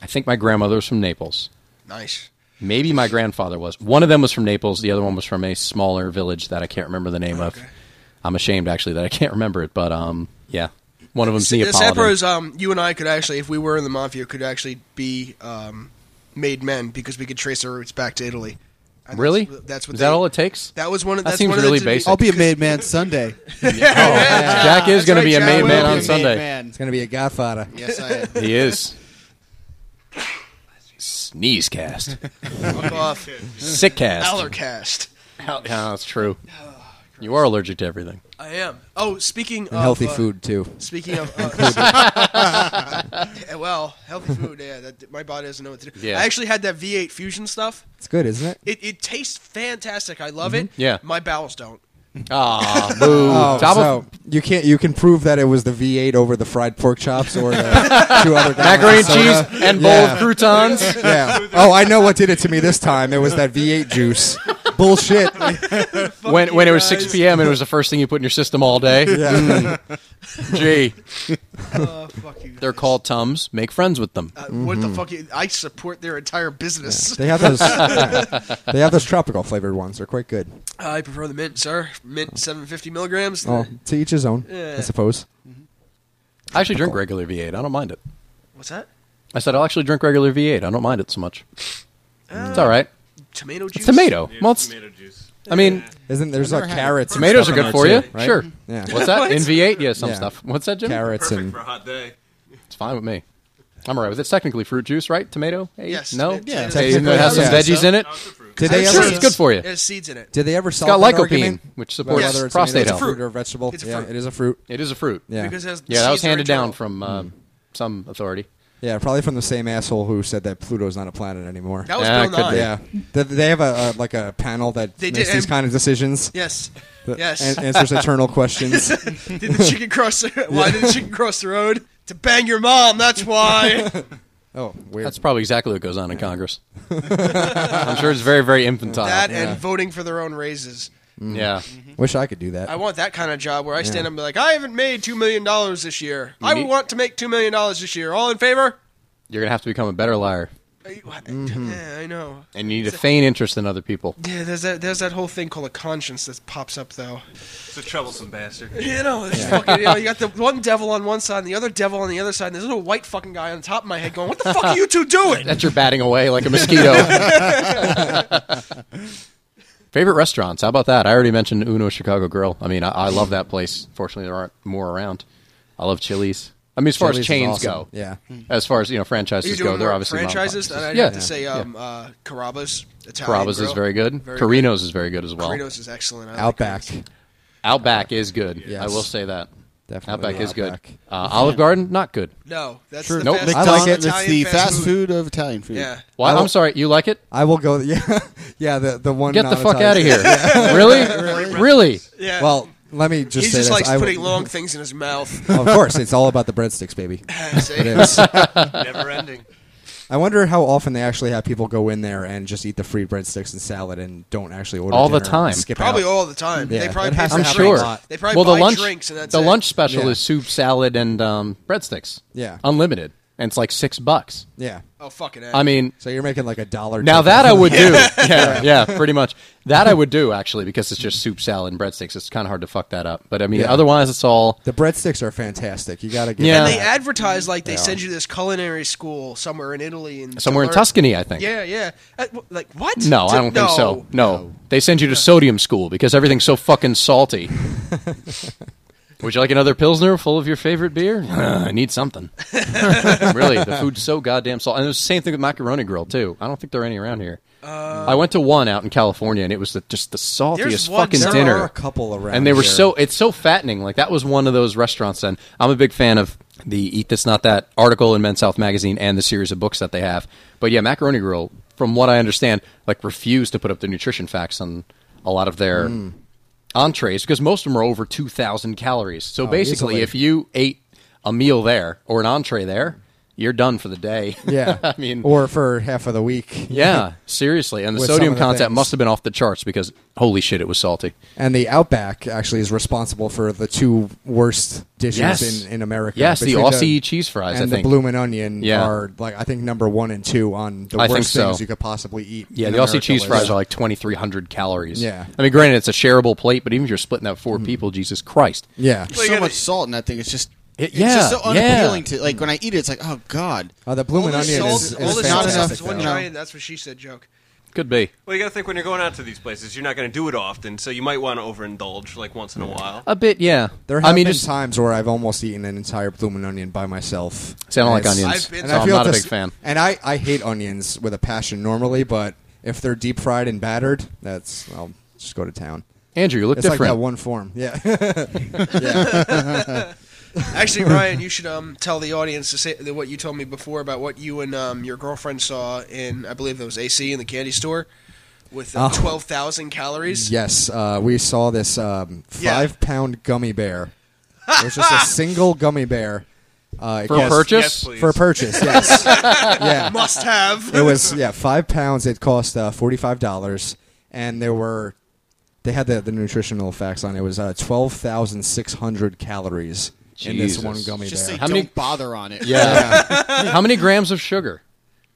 S1: I think my grandmother was from Naples.
S2: Nice.
S1: Maybe my grandfather was. One of them was from Naples. The other one was from a smaller village that I can't remember the name of. I'm ashamed actually that I can't remember it, but um, yeah, one of them's
S2: See, the
S1: Neapolitan.
S2: sad part is, um, you and I could actually, if we were in the mafia, could actually be um, made men because we could trace our roots back to Italy. And that's-
S1: really?
S2: That's, what.
S1: is
S2: they,
S1: that all it
S2: [LAUGHS]
S1: takes?
S2: That was one. Of,
S1: That
S2: that's
S1: seems
S2: one of
S1: really
S2: the,
S1: basic. [LAUGHS]
S3: I'll be a made man Sunday.
S2: [LAUGHS]
S1: Jack is
S2: That's
S1: going
S2: right,
S1: to be a
S2: Jack
S1: made
S2: will
S1: man
S2: be a
S1: on
S2: made
S1: Sunday.
S4: It's gonna be a Godfather.
S3: Yes, I am.
S1: He is. Sneeze cast.
S2: Fuck off.
S1: [LAUGHS] Sick cast.
S2: Allercast.
S1: Yeah, that's true. You are allergic to everything.
S2: I am. Oh, speaking of
S4: And healthy
S2: uh,
S4: food too.
S2: Speaking
S1: [LAUGHS]
S2: of, [LAUGHS] uh, well, healthy food. Yeah, that, my body doesn't know what to do.
S1: Yeah.
S2: I actually had that V8 fusion stuff.
S4: It's good, isn't it?
S2: It, it tastes fantastic. I love it.
S1: Mm-hmm. Yeah.
S2: My bowels don't.
S1: Ah, boo.
S4: Oh,
S1: Top of-
S4: so you can't. You can prove that it was the V8 over the fried pork chops
S1: [LAUGHS]
S4: or the two other
S1: macaroni and
S4: gallons of soda.
S1: cheese and bowl
S4: [LAUGHS] Yeah.
S1: of croutons.
S4: Yeah. Oh, I know what did it to me this time. It was that V8 juice. Bullshit.
S1: when when it was 6 p.m. and it was the first thing you put in your system all day. Mm. Gee,
S2: Oh, [LAUGHS] fuck you.
S1: they're
S2: guys.
S1: called Mm-hmm. Tums. Make friends with them.
S2: Uh, what the fuck? you- I support their entire business.
S4: They have those. [LAUGHS] they have those tropical flavored ones. They're quite good.
S2: I prefer the mint, sir.
S1: Oh.
S2: Mint, seven fifty milligrams.
S4: Well, to each his own,
S2: Yeah.
S4: I suppose.
S1: I actually drink regular V8. I don't mind it.
S2: What's that?
S1: I said I'll actually drink regular V8. I don't mind it so much. It's all right.
S2: Tomato Uh, juice.
S1: It's tomato. Well, it's-
S7: tomato jui's.
S1: I mean,
S4: Isn't there's
S3: I've
S4: like
S3: never had it.
S4: carrots? and
S1: tomatoes are
S4: stuff in
S1: good
S4: there,
S1: for you.
S4: too, right?
S1: Sure.
S4: Yeah.
S1: What's
S4: [LAUGHS]
S1: that? In V8? Yeah, some
S4: Yeah.
S1: stuff. What's that, Jim?
S4: Carrots
S7: Perfect
S4: and
S7: for a hot day.
S1: It's fine with me. I'm all right with it. It's technically fruit juice, right? Tomato? Hey,
S2: Yes,
S1: No?
S2: tomato- Yeah.
S1: Hey, even though
S4: Technically,
S1: it has some
S4: yeah.
S1: veggies in it.
S7: Oh, it's a fruit.
S4: Did
S2: I'm
S4: they
S1: sure
S4: ever?
S1: it's good for you.
S2: It has seeds in it.
S4: Did they ever
S1: It's
S4: solve
S1: got
S4: that
S1: lycopene,
S4: argument?
S1: which
S4: About
S1: supports
S2: Yes.
S4: whether it's
S1: prostate
S4: tomato,
S1: health.
S4: fruit or vegetable?
S2: It's a
S4: yeah,
S2: fruit.
S4: it is a fruit.
S1: It is a fruit.
S4: Yeah.
S2: Because it has
S1: Yeah, that was
S2: seeds are
S1: handed down
S2: internal.
S1: from uh, some authority.
S4: Yeah, probably from the same asshole who said that Pluto's not a planet anymore.
S2: That was
S1: Yeah,
S2: Bill
S1: it could
S2: Nye.
S1: be.
S4: Yeah, Th- they have a, a like a panel that
S2: They
S4: makes
S2: did,
S4: these
S2: and-
S4: kind of decisions.
S1: [LAUGHS]
S2: [LAUGHS] Yes.
S4: that
S2: Yes.
S4: an- answers eternal
S2: [LAUGHS]
S4: questions.
S2: Did the chicken cross? The, Why did the chicken cross the road? To bang your mom.
S1: [LAUGHS]
S2: That's why.
S4: Oh, weird.
S1: That's probably exactly what goes on in Congress. I'm sure it's very, very infantile.
S2: that Mm-hmm.
S4: yeah.
S2: and voting for their own raises.
S1: yeah.
S4: Wish I could do that.
S2: I want that kind of job where I stand up and be like, I haven't made two million dollars this year. I
S1: need-
S2: want to make two million dollars this year. All in favor?
S1: You're going to have to become a better liar.
S2: Uh, you- Yeah, I know.
S1: And you need to feign interest in other people.
S2: Yeah, there's that there's that whole thing called a conscience that pops up though.
S7: It's a troublesome bastard.
S2: [LAUGHS]
S1: [LAUGHS]
S2: You know, it's fucking, you know, you got the one devil on one side and the other devil on the other side. And there's a little white fucking guy on top of my head going, "What the fuck are you two doing?"
S1: That you're batting away like a
S4: [LAUGHS]
S1: mosquito. Favorite restaurants? How about that? I already mentioned Uno Chicago Grill. I mean, I, I love that place. Fortunately, there aren't more around. I love Chili's. I mean, as far
S4: Chili's
S1: as
S4: is
S1: chains
S4: awesome.
S1: go,
S4: Yeah.
S2: Mm,
S1: as far as you know,
S2: Are you
S1: franchises
S2: doing
S1: go, they're
S2: more
S1: obviously
S2: franchises.
S1: mom
S2: And
S1: and
S2: I'd
S1: pops.
S2: have to say, um, uh, Carrabba's Italian.
S1: Carrabba's is
S2: Grill.
S1: very good.
S2: Very
S1: Carino's is very good as
S2: good.
S1: well.
S2: Carino's is excellent. I like
S4: Outback.
S2: Carino's.
S1: Outback is good.
S4: Yes.
S1: I will say that.
S4: Definitely
S1: Outback is good.
S4: Outback.
S1: Uh, Olive Garden, not good.
S2: No, that's
S1: Sure.
S2: the
S1: Nope.
S2: best.
S4: I like it.
S3: McDonald's, It's the fast food of Italian food.
S2: Yeah.
S1: Why?
S4: will-
S1: I'm sorry. You like it?
S4: I will go. [LAUGHS] Yeah, yeah. The the one.
S1: Get the
S4: not
S1: fuck
S4: Italian-
S1: out of here! Really? Really?
S2: Yeah.
S4: [LAUGHS] Well, let me just
S2: He's
S4: say this.
S2: just likes
S4: I will-
S2: putting long things in his mouth.
S4: [LAUGHS]
S2: [LAUGHS]
S4: Of course, it's all about the breadsticks, baby. It
S2: See? [LAUGHS]
S4: is.
S7: Never ending.
S4: I wonder how often they actually have people go in there and just eat the free breadsticks and salad and don't actually order
S1: All the
S4: dinner
S1: time.
S4: and Skip
S2: Probably
S4: out.
S2: all the time.
S4: Yeah,
S2: they probably
S4: that has
S2: pay
S4: to
S1: I'm
S2: for
S4: happen a
S1: sure.
S2: drinks.
S4: lot.
S2: They probably
S1: well, the
S2: buy
S1: lunch
S2: drinks and that's
S1: the
S2: it.
S1: lunch special
S4: Yeah.
S1: is soup, salad, and um, breadsticks.
S4: Yeah.
S1: unlimited, and it's like six bucks.
S4: Yeah.
S2: Oh fucking! A.
S1: I mean,
S4: So you're making like a dollar.
S1: now
S4: difference.
S1: that I would
S2: [LAUGHS]
S1: do, yeah, yeah, pretty much that I would do actually because it's just soup, salad, and breadsticks. It's kind of hard to fuck that up, but I mean,
S4: Yeah.
S1: otherwise it's all
S4: the breadsticks are fantastic. You gotta get.
S1: Yeah.
S2: and
S1: uh,
S2: they advertise like they send you this culinary school somewhere in Italy and to
S1: somewhere in
S2: learn-
S1: Tuscany, I think.
S2: Yeah, yeah. Uh, w- like what?
S1: No, I don't think so. No. They send you to sodium school because everything's so fucking
S4: [LAUGHS]
S1: salty. Would you like another Pilsner full of your favorite beer? Uh, I need
S4: [LAUGHS]
S1: something. really, the food's so goddamn salty. And it was the same thing with Macaroni Grill, too. I don't think there are any around here. I went to one out in California, and it was the, just the
S2: Uh, There's
S1: saltiest
S2: one
S1: fucking
S4: there
S1: dinner.
S4: Are a couple around,
S1: and they were
S4: here.
S1: so, it's so fattening. Like, that was one of those restaurants. And I'm a big fan of the Eat This Not That article in Men's Health magazine and the series of books that they have. But yeah, Macaroni Grill, from what I understand, like, refused to put up the nutrition facts on, a lot of their
S4: Hmm.
S1: entrees because most of them are over 2,000 calories. So basically,
S4: Oh, easily.
S1: if you ate a meal there or an entree there, you're done for the day.
S4: Yeah,
S1: [LAUGHS] I mean,
S4: or for half of the week.
S1: yeah, seriously. And the
S4: With some
S1: sodium
S4: of the
S1: content
S4: things.
S1: must have been off the charts because holy shit, it was salty.
S4: And the Outback actually is responsible for the two worst dishes
S1: Yes.
S4: in, in America.
S1: Yes, the
S4: Between
S1: Aussie cheese fries, I
S4: and
S1: think.
S4: the Bloomin' Onion
S1: Yeah.
S4: are like I think number one and two on the
S1: I think
S4: worst things
S1: so.
S4: you could possibly eat.
S1: Yeah,
S4: in
S1: the Aussie
S4: America
S1: cheese
S4: list.
S1: fries are like 2,300 calories.
S4: Yeah. Hmm.
S1: I mean, granted, it's a shareable plate, but even if you're splitting that four people, Jesus Christ.
S4: Yeah,
S3: so much salt in that thing. It's just
S1: It-
S3: it's
S1: yeah,
S3: just so
S1: yeah.
S3: unappealing to like when I eat it. It's like oh god.
S4: Uh, the Bloomin'
S3: All the
S4: Onion
S3: salt-
S4: is,
S3: all
S4: is
S3: the
S2: salt
S3: enough,
S2: stuff
S4: fantastic.
S2: is one
S3: though.
S2: giant. That's what she said. Joke.
S1: Could be.
S7: Well, you got to think when you're going out to these places, you're not going to do it often, so you might want to overindulge like once in a while.
S1: A bit, yeah.
S4: There have
S1: I mean,
S4: been
S1: just
S4: times where I've almost eaten an entire Bloomin' Onion by myself.
S1: See, I don't
S4: And
S1: like
S4: it's-
S1: onions,
S2: I've been
S1: so
S2: there.
S1: I'm
S4: feel
S1: not a
S4: this-
S1: big fan.
S4: And I, I hate onions with a passion normally, but if they're deep fried and battered, that's I'll just go to town.
S1: Andrew, you look
S4: It's
S1: different.
S4: like that one form. Yeah. yeah.
S2: Actually, Ryan, you should um, tell the audience to say the- what you told me before about what you and um, your girlfriend saw in, I believe that was AC in the candy store with uh,
S4: Oh.
S2: 12,000 calories.
S4: Yes, uh, we saw this um,
S2: Yeah.
S4: five pound gummy bear. It was
S2: [LAUGHS]
S4: just a single gummy bear. Uh, it
S1: For
S4: cost-
S1: purchase?
S7: Yes, please.
S4: For purchase,
S2: [LAUGHS]
S4: yes. yeah.
S2: Must have.
S4: it was
S2: [LAUGHS]
S4: yeah five pounds it cost uh, $45 and there were they had the, the nutritional facts on it, it was uh, 12600 calories in this
S1: Jesus.
S4: one gummy
S3: Just
S4: bear
S3: say
S1: How
S3: don't
S1: many-
S3: bother on it. [LAUGHS]
S1: Yeah. How many grams of sugar?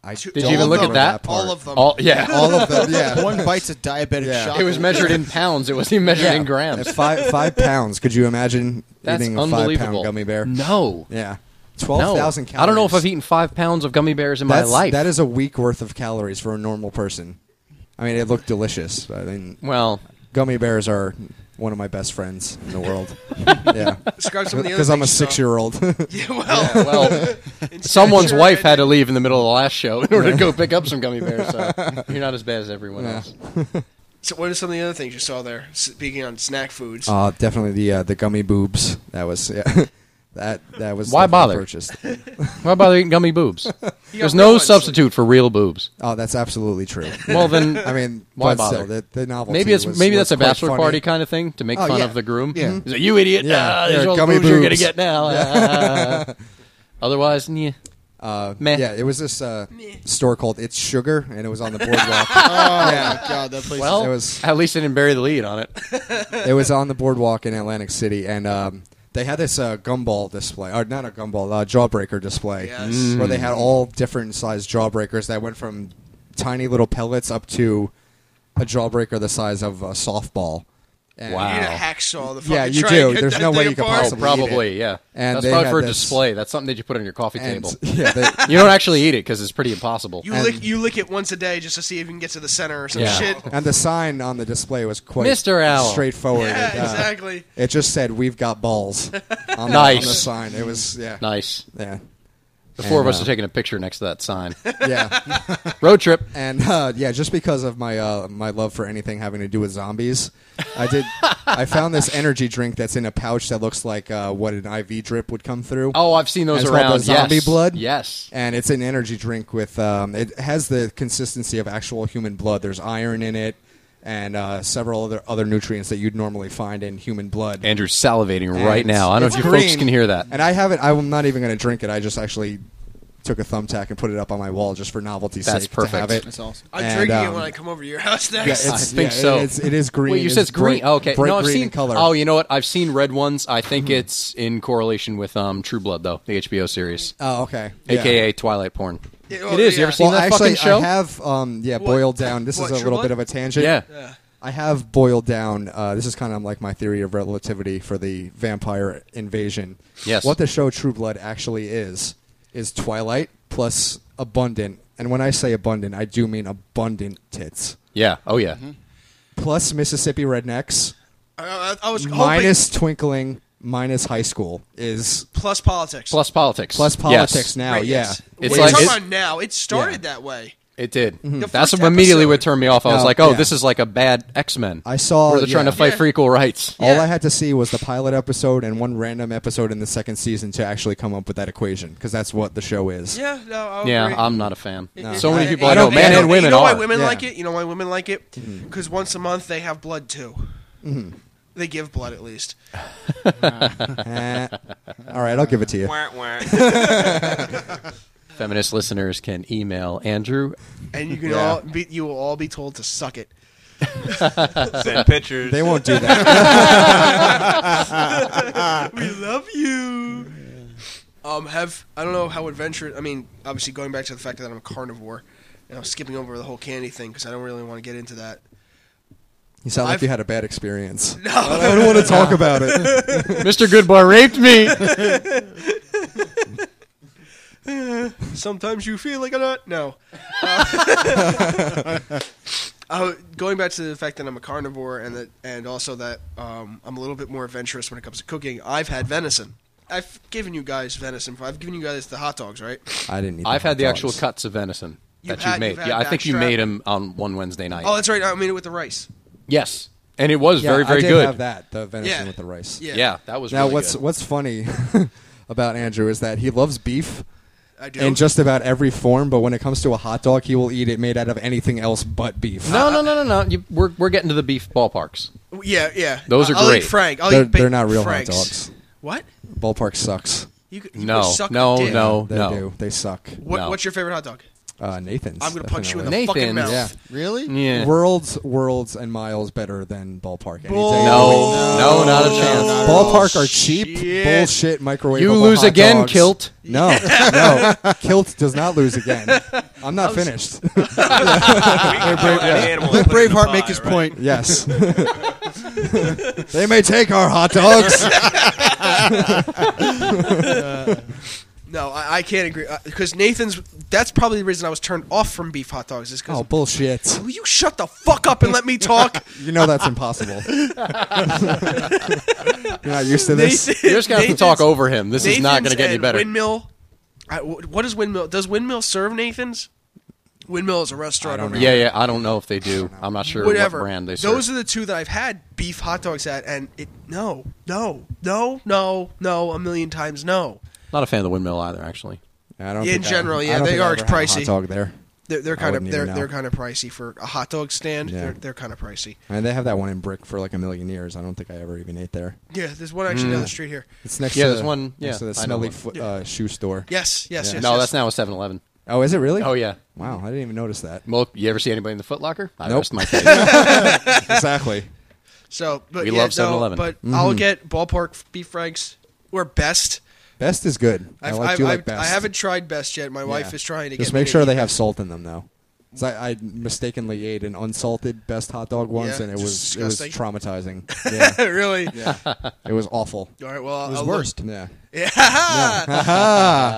S4: I
S2: Two-
S1: Did
S4: don't
S1: you even look at
S4: remember
S1: that?
S4: part.
S2: All of them.
S1: All, yeah.
S4: all of
S1: [LAUGHS]
S4: them yeah
S3: One bite's a diabetic
S4: Yeah.
S3: shot.
S1: it was measured in pounds. It wasn't even measured in grams.
S4: At five five pounds could you imagine
S1: [LAUGHS] That's
S4: eating a five
S1: unbelievable.
S4: pound gummy bear
S1: No.
S4: yeah
S1: No.
S4: 12000 calories
S1: I don't know if I've eaten five pounds of gummy bears in
S4: That's,
S1: my life.
S4: that is a week worth of calories for a normal person I mean it looked delicious but I mean
S1: Well,
S4: gummy bears are one of my best friends in
S1: [LAUGHS]
S4: the world. yeah,
S2: Describe some of
S4: [LAUGHS]
S2: the other
S4: because I'm a
S2: things you saw.
S4: six-year-old.
S2: Yeah, well,
S4: [LAUGHS]
S1: well,
S2: in
S1: someone's
S2: stature,
S1: wife
S2: I
S1: had to
S2: think-
S1: leave in the middle of the last show in order to go pick up some gummy bears.
S4: [LAUGHS]
S1: So you're not as bad as everyone
S4: Yeah.
S1: else.
S2: So what are some of the other things you saw there? Speaking on snack foods,
S4: uh, definitely the uh, the gummy boobs. That was yeah. [LAUGHS] that that was
S1: Why
S4: definitely
S1: bother?
S4: Purchased.
S1: Why bother eating gummy boobs? There's
S2: real
S1: no
S2: ones.
S1: substitute for real
S2: [LAUGHS]
S1: boobs.
S4: Oh, that's absolutely true.
S1: [LAUGHS] Well, then,
S4: I mean,
S1: [LAUGHS] Why
S4: but still,
S1: bother?
S4: the, the novelty.
S1: Maybe it's
S4: was-
S1: maybe
S4: was
S1: that's a
S4: quite
S1: bachelor
S4: funny.
S1: party kind of thing to make
S4: Oh,
S1: fun
S4: yeah.
S1: of the groom.
S4: Yeah.
S1: He's like, you idiot!
S4: Yeah.
S1: Ah,
S4: Yeah,
S1: there's all the
S4: gummy
S1: boobs, you're gonna
S4: boobs.
S1: get now.
S4: [LAUGHS]
S1: Ah. [LAUGHS] Otherwise, yeah.
S4: Uh,
S1: Meh.
S4: Yeah, it was this uh, store called It's Sugar, and it was
S1: [LAUGHS]
S4: on the boardwalk.
S3: [LAUGHS] Oh my god, that place.
S1: well,
S4: it was-
S1: at least they didn't bury the lead on it.
S4: it was on the boardwalk in Atlantic City, and um, they had this uh, gumball display, or not a gumball, uh, jawbreaker display,
S2: Yes.
S4: where they had all different sized jawbreakers that went from tiny little pellets up to a jawbreaker the size of a softball. And
S1: Wow.
S2: you need a hacksaw. The
S4: Yeah,
S2: fucking
S4: you
S2: try
S4: do.
S2: and get
S4: There's
S2: that
S4: no way
S2: thing
S4: you could
S2: apart.
S1: Oh,
S4: possibly-
S1: probably,
S4: eat it.
S1: yeah.
S4: And
S1: That's
S4: they
S1: probably
S4: had
S1: for
S4: this-
S1: display. That's something that you put on your coffee
S4: And, [LAUGHS]
S1: table.
S4: yeah, they,
S1: You don't actually eat it because it's pretty impossible.
S2: You
S4: And-
S2: lick you lick it once a day just to see if you can get to the center or some
S1: Yeah.
S4: [LAUGHS]
S2: shit.
S4: and the sign on the display was quite
S1: Mr. Owl.
S4: straightforward.
S2: Yeah,
S4: and, uh,
S2: exactly.
S4: It just said, "We've got
S2: [LAUGHS]
S4: balls." On the, on
S1: Nice.
S4: the sign. It was yeah,
S1: nice.
S4: yeah,
S1: The four of
S4: And,
S1: us
S4: uh,
S1: are taking a picture next to that sign. [LAUGHS]
S4: yeah.
S1: Road trip.
S4: and uh, yeah, just because of my uh, my love for anything having to do with zombies, I did. I found this energy drink that's in a pouch that looks like uh, what an IV drip would come through.
S1: Oh, I've seen those
S4: And it's
S1: around.
S4: called the zombie
S1: yes.
S4: blood?
S1: Yes.
S4: And it's an energy drink with. Um, it has the consistency of actual human blood. There's iron in it, and uh, several other other nutrients that you'd normally find in human blood.
S1: Andrew's salivating
S4: And
S1: right now. I don't know
S4: it's
S1: if you folks
S4: green,
S1: can hear that.
S4: And I haven't. I'm not even going to drink it. I just actually took a thumbtack and put it up on my wall just for novelty's
S1: That's
S4: sake to have
S1: perfect.
S4: it.
S3: That's awesome.
S2: I'm
S4: And,
S2: drinking it
S4: um,
S2: when I come over to your house
S4: Yeah,
S2: next.
S4: it's,
S1: I think
S4: yeah,
S1: so.
S4: It's, it is green.
S1: Wait, you
S4: It's
S1: said it's green.
S4: bright-
S1: Oh, okay.
S4: bright
S1: no, I've
S4: green in
S1: seen
S4: color. Mm-hmm.
S1: Oh, you know what? I've seen red ones. I think it's in correlation with um, True Blood, though the HBO series,
S4: Oh, okay.
S1: aka Twilight porn.
S2: Yeah,
S1: it
S2: well,
S1: is. You
S2: yeah.
S1: ever seen
S4: Well,
S1: that
S4: actually,
S1: fucking show?
S4: I have. Um, yeah,
S2: What?
S4: boiled down. This is
S2: What,
S4: a
S2: True
S4: little
S2: Blood?
S4: bit of a tangent.
S1: Yeah.
S2: Yeah.
S4: I have boiled down. Uh, this is kind of like my theory of relativity for the vampire invasion.
S1: Yes.
S4: What the show True Blood actually is is Twilight plus abundant, and when I say abundant, I do mean abundant tits
S1: Yeah. Oh yeah.
S4: Mm-hmm. plus Mississippi rednecks
S2: I, I- I was hoping-
S4: minus twinkling minus high school is
S2: plus politics.
S1: Plus politics.
S4: plus
S1: Yes.
S4: politics now.
S2: Right,
S4: yeah.
S2: yes.
S1: It's
S2: We're
S1: like-
S2: talking
S1: it's-
S2: about now. It started that way.
S1: It did.
S4: Mm-hmm.
S2: The
S1: That's
S2: first
S1: what immediately
S2: episode.
S1: would turn me off. I was
S4: No,
S1: like, oh,
S4: yeah.
S1: this is like a bad X Men.
S4: I saw-
S1: Where they're trying
S4: yeah.
S1: to fight
S2: Yeah.
S1: for equal rights.
S4: All
S2: Yeah.
S4: I had to see was the pilot episode and one random episode in the second season to actually come up with that equation because that's what the show is.
S2: Yeah, no, I'll
S1: Yeah,
S2: agree.
S1: I'm not a fan.
S2: It-
S1: So
S2: it-
S1: many
S2: it-
S1: people
S2: it-
S1: I know,
S2: it-
S1: men
S2: it-
S1: and women
S2: You know why
S1: are.
S2: women
S4: Yeah. Mm.
S2: like it? You know why women like it? Because once a month they have blood too.
S4: Mm-hmm.
S2: They give blood at least.
S4: Eh. All right, I'll give it to
S2: [LAUGHS]
S4: you.
S7: Wah, wah. [LAUGHS]
S1: Feminist listeners can email [LAUGHS] Andrew.
S2: and you can all be, you will all be told to suck it.
S1: [LAUGHS]
S7: Send pictures.
S4: They won't do that.
S2: We love you. Um, have I don't know how adventurous. I mean, obviously going back to the fact that I'm a carnivore, and I'm skipping over the whole candy thing because I don't really want to get into that.
S4: You sound like
S2: I've-
S4: you had a bad experience.
S2: [LAUGHS] No,
S4: I don't want to talk about
S2: [LAUGHS]
S4: it.
S1: Mr. Goodbar raped me.
S2: sometimes you feel like a nut. No. [LAUGHS] Uh, going back to the fact that I'm a carnivore and that, and also that um, I'm a little bit more adventurous when it comes to cooking. I've had venison. I've given you guys venison. I've given you guys the hot dogs, right?
S4: I didn't.
S1: [LAUGHS]
S4: Eat
S1: I've had the
S4: hot
S1: actual
S4: dogs.
S1: cuts of venison
S2: You've
S1: that
S2: had-
S1: you've made.
S2: you've had
S1: yeah, I think you
S2: backstrap.
S1: made them on one Wednesday night.
S2: Oh, that's right. I made it with the rice.
S1: yes, and it was
S4: Yeah,
S1: very, very
S4: I did
S1: good.
S4: Have that the venison
S2: Yeah.
S4: with the rice.
S2: Yeah.
S1: Yeah. that was
S4: Now,
S1: really
S4: what's
S1: good.
S4: what's funny [LAUGHS] about Andrew is that he loves beef
S2: I do.
S4: in just about every form, but when it comes to a hot dog, he will eat it made out of anything else but beef.
S1: No, no, no, no, no. You, we're we're getting to the beef ballparks.
S2: Yeah, yeah.
S1: Those are
S2: I'll
S1: great.
S2: Eat Frank. I'll
S4: They're-
S2: eat ba-
S4: they're not real hot
S2: Franks.
S4: dogs.
S2: What?
S4: Ballpark sucks.
S2: You, could- you
S1: No,
S2: could suck
S1: no,
S2: dick.
S1: no,
S4: They
S1: no.
S4: do. They suck.
S2: What,
S1: No.
S2: What's your favorite hot dog?
S4: Uh, Nathan's.
S2: I'm gonna punch you in the
S1: Nathan's.
S2: fucking mouth.
S4: Yeah.
S3: Really?
S1: Yeah.
S2: [LAUGHS]
S4: Worlds, worlds, and miles better than ballpark. Any day of the week.
S1: no, no, not a
S3: No,
S1: chance.
S3: not at all.
S4: Ballpark are cheap
S2: Shit.
S4: bullshit microwave.
S1: You lose again, Kilt.
S4: No,
S2: [LAUGHS]
S4: no, Kilt does not lose again. I'm
S2: Oh,
S4: not finished.
S7: [LAUGHS] We can kill that animal and
S3: Let
S7: put it in a
S3: Braveheart
S7: pie,
S3: make his
S7: right?
S2: [LAUGHS]
S3: point.
S4: yes, they may take our hot
S2: [LAUGHS]
S4: dogs.
S2: No, I, I can't agree because Nathan's. That's probably the reason I was turned off from beef hot dogs. Is because
S4: oh bullshit!
S2: [LAUGHS] will you shut the fuck up and let
S1: [LAUGHS]
S2: me talk?
S4: You know that's
S2: [LAUGHS]
S4: impossible. You're not used to this.
S2: Nathan,
S1: You're just gonna have to
S2: Nathan's-
S1: talk over him. This is not gonna
S2: Nathan's
S1: get any
S2: and
S1: better.
S2: Windmill. I, wh- what is windmill? Does windmill serve Nathan's? Windmill is a restaurant. over
S1: yeah, yeah. I don't know if they do. I'm not sure
S2: whatever
S1: what brand they serve.
S2: Those are the two that I've had beef hot dogs at, and it no, no, no, no, no, a million times no.
S1: not a fan of the windmill either, actually.
S4: I don't
S2: In
S4: think I-
S2: general,
S4: I
S2: yeah,
S4: don't
S2: they
S4: think I
S2: are
S4: ever had a
S2: pricey.
S4: Hot dog there.
S2: They're, they're
S4: I
S2: kind of
S4: wouldn't even
S2: they're
S4: know.
S2: they're kind of pricey for a hot dog stand.
S4: Yeah.
S2: They're they're kind of pricey.
S4: I mean, they have that one in brick for like a million years. I don't think I ever even ate there.
S2: Yeah, there's one actually
S4: Hmm.
S2: down the street here.
S4: It's next
S1: Yeah,
S4: to
S1: there's
S4: the-
S1: one- yeah,
S4: next to the
S1: I know
S4: smelly
S1: one.
S4: foot, uh, shoe store.
S2: Yes, yes, yes.
S1: no,
S2: yes.
S1: that's now a 7-Eleven.
S4: Oh, is it really?
S1: Oh yeah.
S4: Wow, I didn't even notice that. [LAUGHS]
S1: Well, you ever see anybody in the Foot Locker? I
S4: Nope.
S1: rest my
S4: [LAUGHS]
S1: case. [LAUGHS]
S4: exactly.
S2: So, but
S1: We
S2: yeah,
S1: love
S2: no,
S1: 7-Eleven.
S2: But
S4: Mm-hmm.
S2: I'll get ballpark beef franks or best.
S4: Best is good. i
S2: I've,
S4: like
S2: I've,
S4: you
S2: I've,
S4: like best.
S2: I haven't tried best yet. My wife
S4: Yeah.
S2: is trying to
S4: Just
S2: get me
S4: make
S2: to
S4: sure
S2: eat
S4: they have salt in them, though. 'Cause I, I mistakenly ate an unsalted best hot dog once,
S2: Yeah,
S4: and it was
S2: just
S4: it was
S2: disgusting. [LAUGHS]
S4: traumatizing. Yeah,
S2: [LAUGHS] really. [LAUGHS]
S4: it was awful.
S2: All right. Well,
S3: It was
S2: I'll look- [LAUGHS]
S3: worst.
S4: Yeah.
S2: Yeah.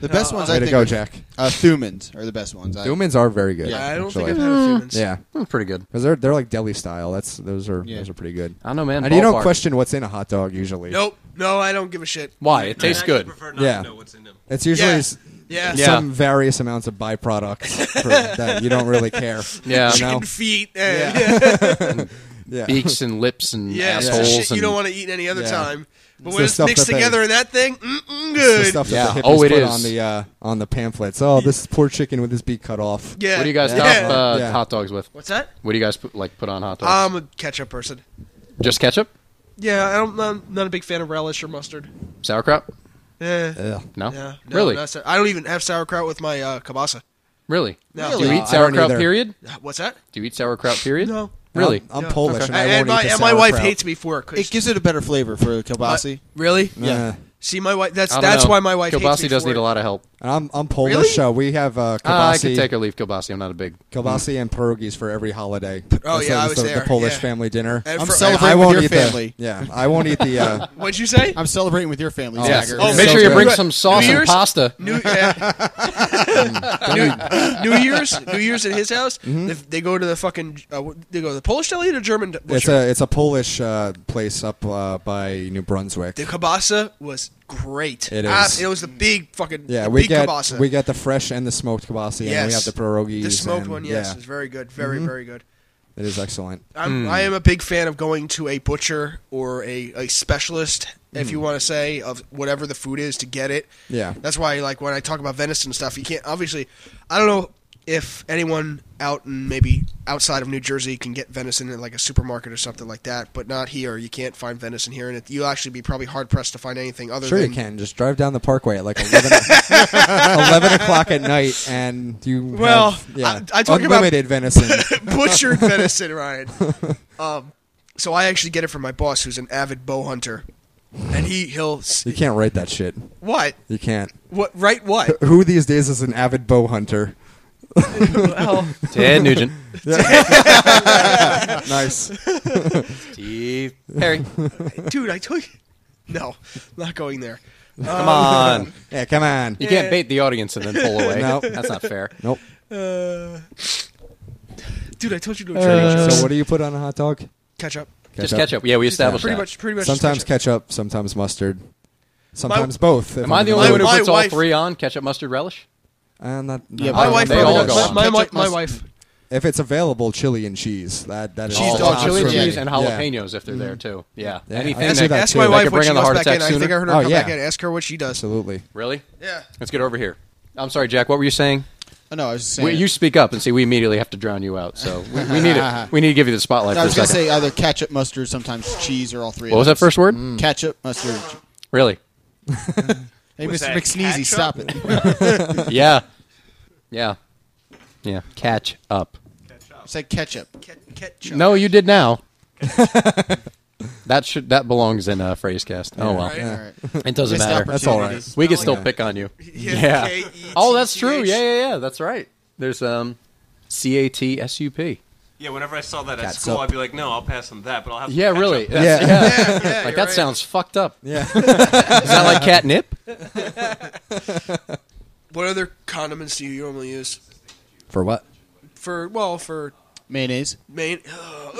S3: The best ones
S4: Way
S3: I
S4: to
S3: think.
S4: go,
S3: are-
S4: Jack.
S3: Uh, Thumans are the best ones. I-
S4: Doomins are very good.
S2: I don't
S4: actually.
S2: think I've had a Thumans.
S4: Mm-hmm. Yeah,
S1: Pretty good.
S4: because they're they're like deli style. That's those are
S3: Yeah.
S4: those are pretty good.
S1: I don't know, man.
S4: And you don't
S1: Ballpark.
S4: question what's in a hot dog usually.
S2: Nope. No, I don't give a shit.
S1: Why? It tastes
S7: I actually
S1: good.
S7: prefer not
S4: Yeah.
S7: to know what's in them.
S4: It's usually
S2: Yeah.
S4: s-
S2: Yeah.
S1: Yeah.
S4: some various amounts of byproducts
S2: [LAUGHS]
S4: for, that you don't really care.
S1: Yeah.
S4: you know?
S2: Chicken feet. And, yeah. [LAUGHS] yeah.
S4: yeah.
S1: Beaks and lips and
S2: it's
S1: assholes.
S2: the shit you
S1: and-
S2: don't want to eat any other
S4: Yeah.
S2: time. But
S4: It's
S2: when
S4: the
S2: it's
S4: stuff
S2: mixed
S4: that they-
S2: together in that thing, mm-mm,
S4: It's
S2: good.
S4: The stuff
S1: Yeah.
S4: that the hippies
S1: Oh, it
S4: put
S1: is.
S4: on the uh, on the pamphlets. Oh, this poor chicken with his beak cut off.
S2: yeah.
S1: What do you guys
S2: yeah.
S1: top uh,
S4: Yeah.
S1: hot dogs with?
S2: What's that?
S1: What do you guys put, like put on hot dogs?
S2: I'm a ketchup person. Um,
S1: Just ketchup,
S2: Yeah, I don't, I'm not a big fan of relish or mustard.
S1: sauerkraut?
S2: Eh.
S4: Ugh.
S1: No,
S2: Yeah. No,
S1: really,
S2: not sa- I don't even have sauerkraut with my uh, kielbasa.
S1: really.
S2: No.
S1: Do you
S4: No,
S1: eat
S4: I don't
S1: sauerkraut?
S4: either.
S1: Period.
S2: What's that?
S1: Do you eat sauerkraut? Period.
S2: No.
S1: Really?
S4: I'm, I'm
S2: Yeah.
S4: Polish, and
S2: And,
S4: I
S2: and
S4: won't
S2: my,
S4: eat the
S2: and my wife
S4: sauerkraut.
S2: hates me for it. 'cause-
S3: It gives it a better flavor for
S2: uh,
S3: kielbasa.
S2: really?
S4: Nah.
S2: See, my wife. That's
S1: I don't
S2: that's
S1: know.
S2: why my wife.
S1: Kielbasa
S2: hates me
S1: does
S2: for
S1: need
S2: it.
S1: a lot of help.
S4: I'm I'm Polish.
S2: Really? Ah,
S4: Uh, we have uh, kielbasa,
S1: Uh, I could take or leave kielbasa. I'm not a big.
S4: kielbasa and pierogies for every holiday.
S2: Oh,
S4: That's the-
S2: yeah, I
S4: that's
S2: was
S4: the,
S2: there,
S4: The Polish
S2: yeah.
S4: family dinner.
S2: And
S3: I'm
S2: for-
S3: celebrating
S4: I
S3: with
S4: won't
S3: your
S4: eat
S3: family.
S4: the. Yeah, I won't eat the.
S2: [LAUGHS]
S4: Uh,
S2: What'd you say?
S3: I'm celebrating with your family.
S4: Oh,
S3: Zagger.
S4: yes.
S1: Make sure you
S4: so
S1: bring
S4: good.
S1: some sauce
S2: New
S1: and
S4: [LAUGHS]
S2: Year's-
S1: pasta.
S2: New yeah. Mm. New, New Year's, New Year's at his house.
S4: Mm-hmm.
S2: They, they go to the fucking. Uh, what- they go to the Polish deli or the German. d-
S4: It's
S2: butcher?
S4: a it's a Polish uh, place up uh, by New Brunswick.
S2: the kielbasa was great.
S4: It
S2: Ah,
S4: is.
S2: it was the big fucking.
S4: Yeah,
S2: the
S4: we
S2: big
S4: get
S2: kielbasa.
S4: we get the fresh and the smoked kibasi, and we
S2: Yes.
S4: have the pierogies.
S2: The smoked
S4: and-
S2: one, yes,
S4: yeah, Mm-hmm.
S2: is very good, very very good.
S4: it is excellent.
S2: I'm, I am a big fan of going to a butcher or a, a specialist, if you want to say, of whatever the food is to get it.
S4: Hmm. Yeah.
S2: That's why, like, when I talk about venison stuff, you can't, obviously, I don't know if anyone out and maybe outside of New Jersey can get venison in, like, a supermarket or something like that, but not here. You can't find venison here, and it, you'll actually be probably hard pressed to find anything other
S4: Sure,
S2: than.
S4: you can [LAUGHS] just drive down the Parkway at like [LAUGHS] 11, 11 o'clock at night, and you
S2: Well,
S4: have, yeah,
S2: I- I talk about-
S4: unlimited
S2: [LAUGHS]
S4: venison.
S2: [LAUGHS] butchered venison,
S4: [LAUGHS]
S2: Ryan. Um, so I actually get it from my boss, who's an avid bow hunter, and he he'll s-
S4: You can't write that shit.
S2: what
S4: You can't.
S2: what right
S1: [LAUGHS]
S2: what
S4: Who these days is an avid bow
S2: [LAUGHS]
S4: hunter?
S1: Ted Nugent.
S4: Nice.
S1: Steve Perry.
S2: dude I told you no not going there Um,
S1: Come on.
S4: yeah, come on.
S1: You can't bait the audience and then pull
S2: [LAUGHS]
S1: away.
S4: No.
S1: That's not fair.
S4: Nope.
S2: uh, dude I told you to attorney
S1: Uh,
S4: so, what
S2: jokes
S4: do you put on a hot dog?
S2: catch up
S1: Just ketchup. Yeah, we established
S2: pretty
S1: that.
S2: much pretty much
S4: Sometimes
S2: catch
S4: ketchup, sometimes mustard, sometimes both. if
S1: Am I
S4: I'm
S1: the only
S2: My-
S1: one who
S2: my
S1: puts all
S2: wife-
S1: three on? Ketchup, mustard, relish?
S4: I'm not.
S3: Yeah,
S4: not-
S3: my
S2: my
S4: I'm
S2: wife
S1: They
S4: not
S1: all
S2: my,
S4: on
S1: go
S4: that.
S2: my,
S1: on.
S2: my, my, my
S3: Ketchup
S2: wife
S4: If it's available, chili and cheese. That that is
S2: Cheese
S4: all
S2: dog,
S4: tops
S1: chili
S4: for me.
S1: cheese and
S4: Yeah.
S1: jalapenos if they're there too. Yeah,
S4: Yeah, I
S1: anything.
S4: see
S1: That,
S4: that
S2: ask
S4: too.
S2: my
S4: That
S1: could
S2: wife when
S1: bring
S2: she
S1: on the
S2: goes
S1: heart
S2: back
S1: attack
S2: in I think
S1: sooner.
S2: I heard her
S4: Oh,
S2: come
S4: yeah.
S2: back in ask her what she does
S4: Absolutely.
S1: Really?
S2: yeah
S1: Let's get over here. I'm sorry, Jack. What were you saying?
S3: Oh, no, I was just saying.
S1: We, you speak up and see. We immediately have to drown you out. So we, we need
S2: [LAUGHS]
S1: it. We need to give you the spotlight
S3: No, I
S1: for a
S3: was gonna
S1: second.
S3: say either ketchup, mustard, sometimes cheese, or all three.
S1: what
S3: of
S1: was that
S3: those.
S1: first word?
S2: Mm.
S3: Ketchup, mustard. che-
S2: [LAUGHS]
S1: Really?
S3: Hey, Mr.
S7: Was that
S3: McSneezy,
S7: ketchup?
S3: stop it. [LAUGHS]
S1: Yeah. Yeah. Yeah. Catch up.
S3: Said ketchup.
S2: ketchup
S1: No, you did
S2: [LAUGHS]
S1: now. that should that belongs in uh, phrasecast. Oh well,
S2: right.
S3: All right.
S1: it doesn't
S3: Missed
S1: matter.
S4: That's all
S3: opportunity.
S4: right.
S1: We can still pick on
S4: [LAUGHS]
S1: you. Yeah.
S4: E
S2: K-E-T-C-H.
S1: Oh, that's true. Yeah, yeah, yeah. That's right. There's um, C A T S U P.
S7: Yeah, whenever I saw that at
S4: Cat's
S7: school,
S4: up.
S7: I'd be like, no, I'll pass on that, but I'll have to
S1: Yeah,
S7: catch
S1: really.
S7: up.
S1: That's-
S4: Yeah.
S1: yeah.
S2: yeah
S1: Like that
S2: you're right.
S1: sounds fucked up. [LAUGHS]
S4: Yeah.
S1: Is that like
S4: [LAUGHS]
S1: catnip?
S2: what other condiments do you normally use
S4: For what?
S2: for well for
S3: Mayonnaise
S2: main [SIGHS] Ugh.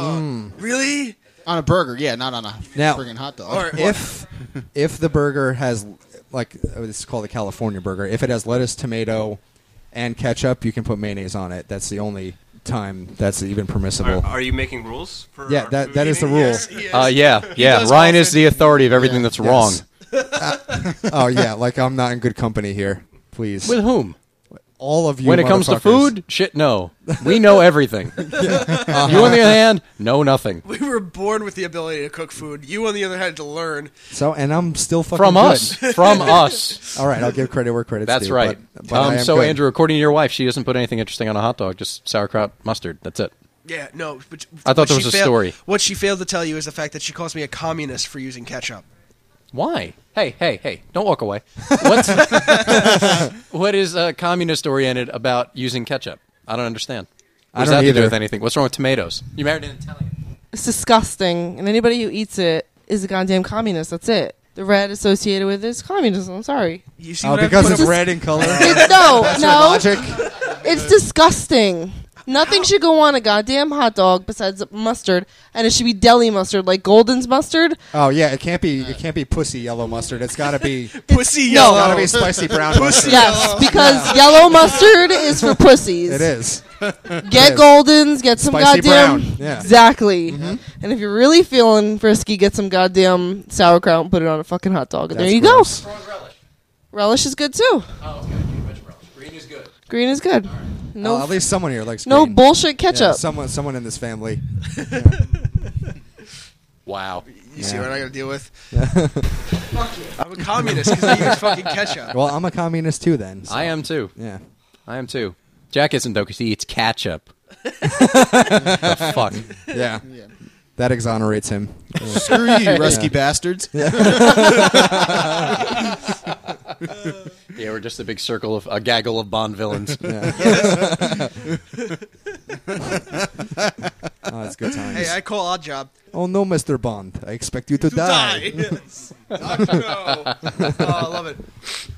S1: Mm.
S2: really
S3: on a burger, yeah, not on a
S4: Now-
S3: friggin' hot dog. [LAUGHS]
S2: All right.
S4: If if the burger has like oh, it's called a California burger, if it has lettuce, tomato, and ketchup, you can put mayonnaise on it. That's the only time that's even permissible.
S1: [LAUGHS]
S7: Are, are you making rules for
S4: Yeah,
S7: our
S4: that-
S7: food
S4: that is the
S7: eating?
S4: rule.
S7: [LAUGHS]
S2: Yes, yes.
S1: Uh, yeah, yeah.
S2: does
S1: Ryan is
S2: often-
S1: the authority of everything that's wrong.
S4: Yes. oh yeah, like I'm not in good company here. Please,
S1: With whom?
S4: all of you.
S1: when it comes to
S4: motherfuckers.
S1: food, shit, no. We know
S4: [LAUGHS]
S1: everything.
S4: Uh-huh.
S1: You, on the other hand, know nothing.
S2: We were born with the ability to cook food. You, on the other hand, to learn.
S4: So, and I'm still fucking
S1: From
S4: good.
S1: us.
S4: [LAUGHS]
S1: From us.
S4: All right, I'll give credit where credit's
S1: That's
S4: due,
S1: right.
S4: but- but I
S1: um,
S4: am
S1: so,
S4: good. Uh,
S1: Andrew, according to your wife, she doesn't put anything interesting on a hot dog, just sauerkraut, mustard. That's it.
S2: Yeah, no. But
S1: I thought
S2: what
S1: there was
S2: she
S1: a
S2: failed-
S1: story.
S2: What she failed to tell you is the fact that she calls me a communist for using ketchup.
S1: Why? Hey, hey, hey! Don't walk
S4: [LAUGHS]
S1: away. What's [LAUGHS] what is uh, communist oriented about using ketchup? I don't understand. What
S4: I
S1: does
S4: don't
S1: that have to do
S4: either.
S1: with anything? What's wrong with tomatoes? You married an Italian.
S8: It's disgusting, and anybody who eats it is a goddamn communist. That's it. The red associated with it is communism.
S4: [LAUGHS]
S8: I'm sorry.
S2: You see
S4: Oh,
S2: what I
S4: because
S2: put
S4: it's
S2: up-
S4: red in color.
S8: It's, no, no,
S4: Logic.
S8: it's disgusting. Nothing should go on a goddamn hot dog besides mustard, and it should be deli mustard, like Golden's
S4: [LAUGHS]
S8: mustard.
S4: Oh yeah, it can't be. It can't be pussy yellow mustard. It's got
S1: [LAUGHS]
S4: to be.
S2: pussy
S8: No.
S4: Gotta
S2: yellow.
S4: be spicy brown mustard.
S8: Yes,
S4: [LAUGHS]
S8: because yellow mustard is for pussies.
S4: It is.
S8: Get
S4: Yes.
S8: Goldens, get some
S4: Spicy
S8: goddamn
S4: brown, yeah. Mm-hmm.
S8: exactly. And if you're really feeling frisky, get some goddamn sauerkraut and put it on a fucking hot dog. And there
S4: That's
S8: you
S4: gross.
S8: go. Relish is good too.
S1: Oh, okay. Green is good.
S8: Green is good. No,
S4: Oh, at least someone here likes.
S8: no
S4: green.
S8: bullshit
S4: Yeah,
S8: ketchup.
S4: someone, someone in this family. [LAUGHS]
S1: Wow.
S2: [LAUGHS] You see
S4: Yeah.
S2: what I got to deal with? Fuck you. I'm a communist because I use fucking ketchup.
S4: Well, I'm a communist too. Then. so-
S1: I am too.
S4: Yeah.
S1: I am too. Jack isn't though because he eats [LAUGHS] ketchup. the
S4: [LAUGHS]
S1: fuck.
S8: [LAUGHS]
S4: Yeah. That exonerates him.
S3: Screw you, rusty bastards.
S1: Yeah, we're just a big circle of a gaggle of Bond villains.
S4: Uh, That's good times.
S2: Hey, I call odd job.
S4: oh no, Mr. Bond, I expect you to,
S2: To die. Yes. Doctor No. [LAUGHS] Oh, I love it.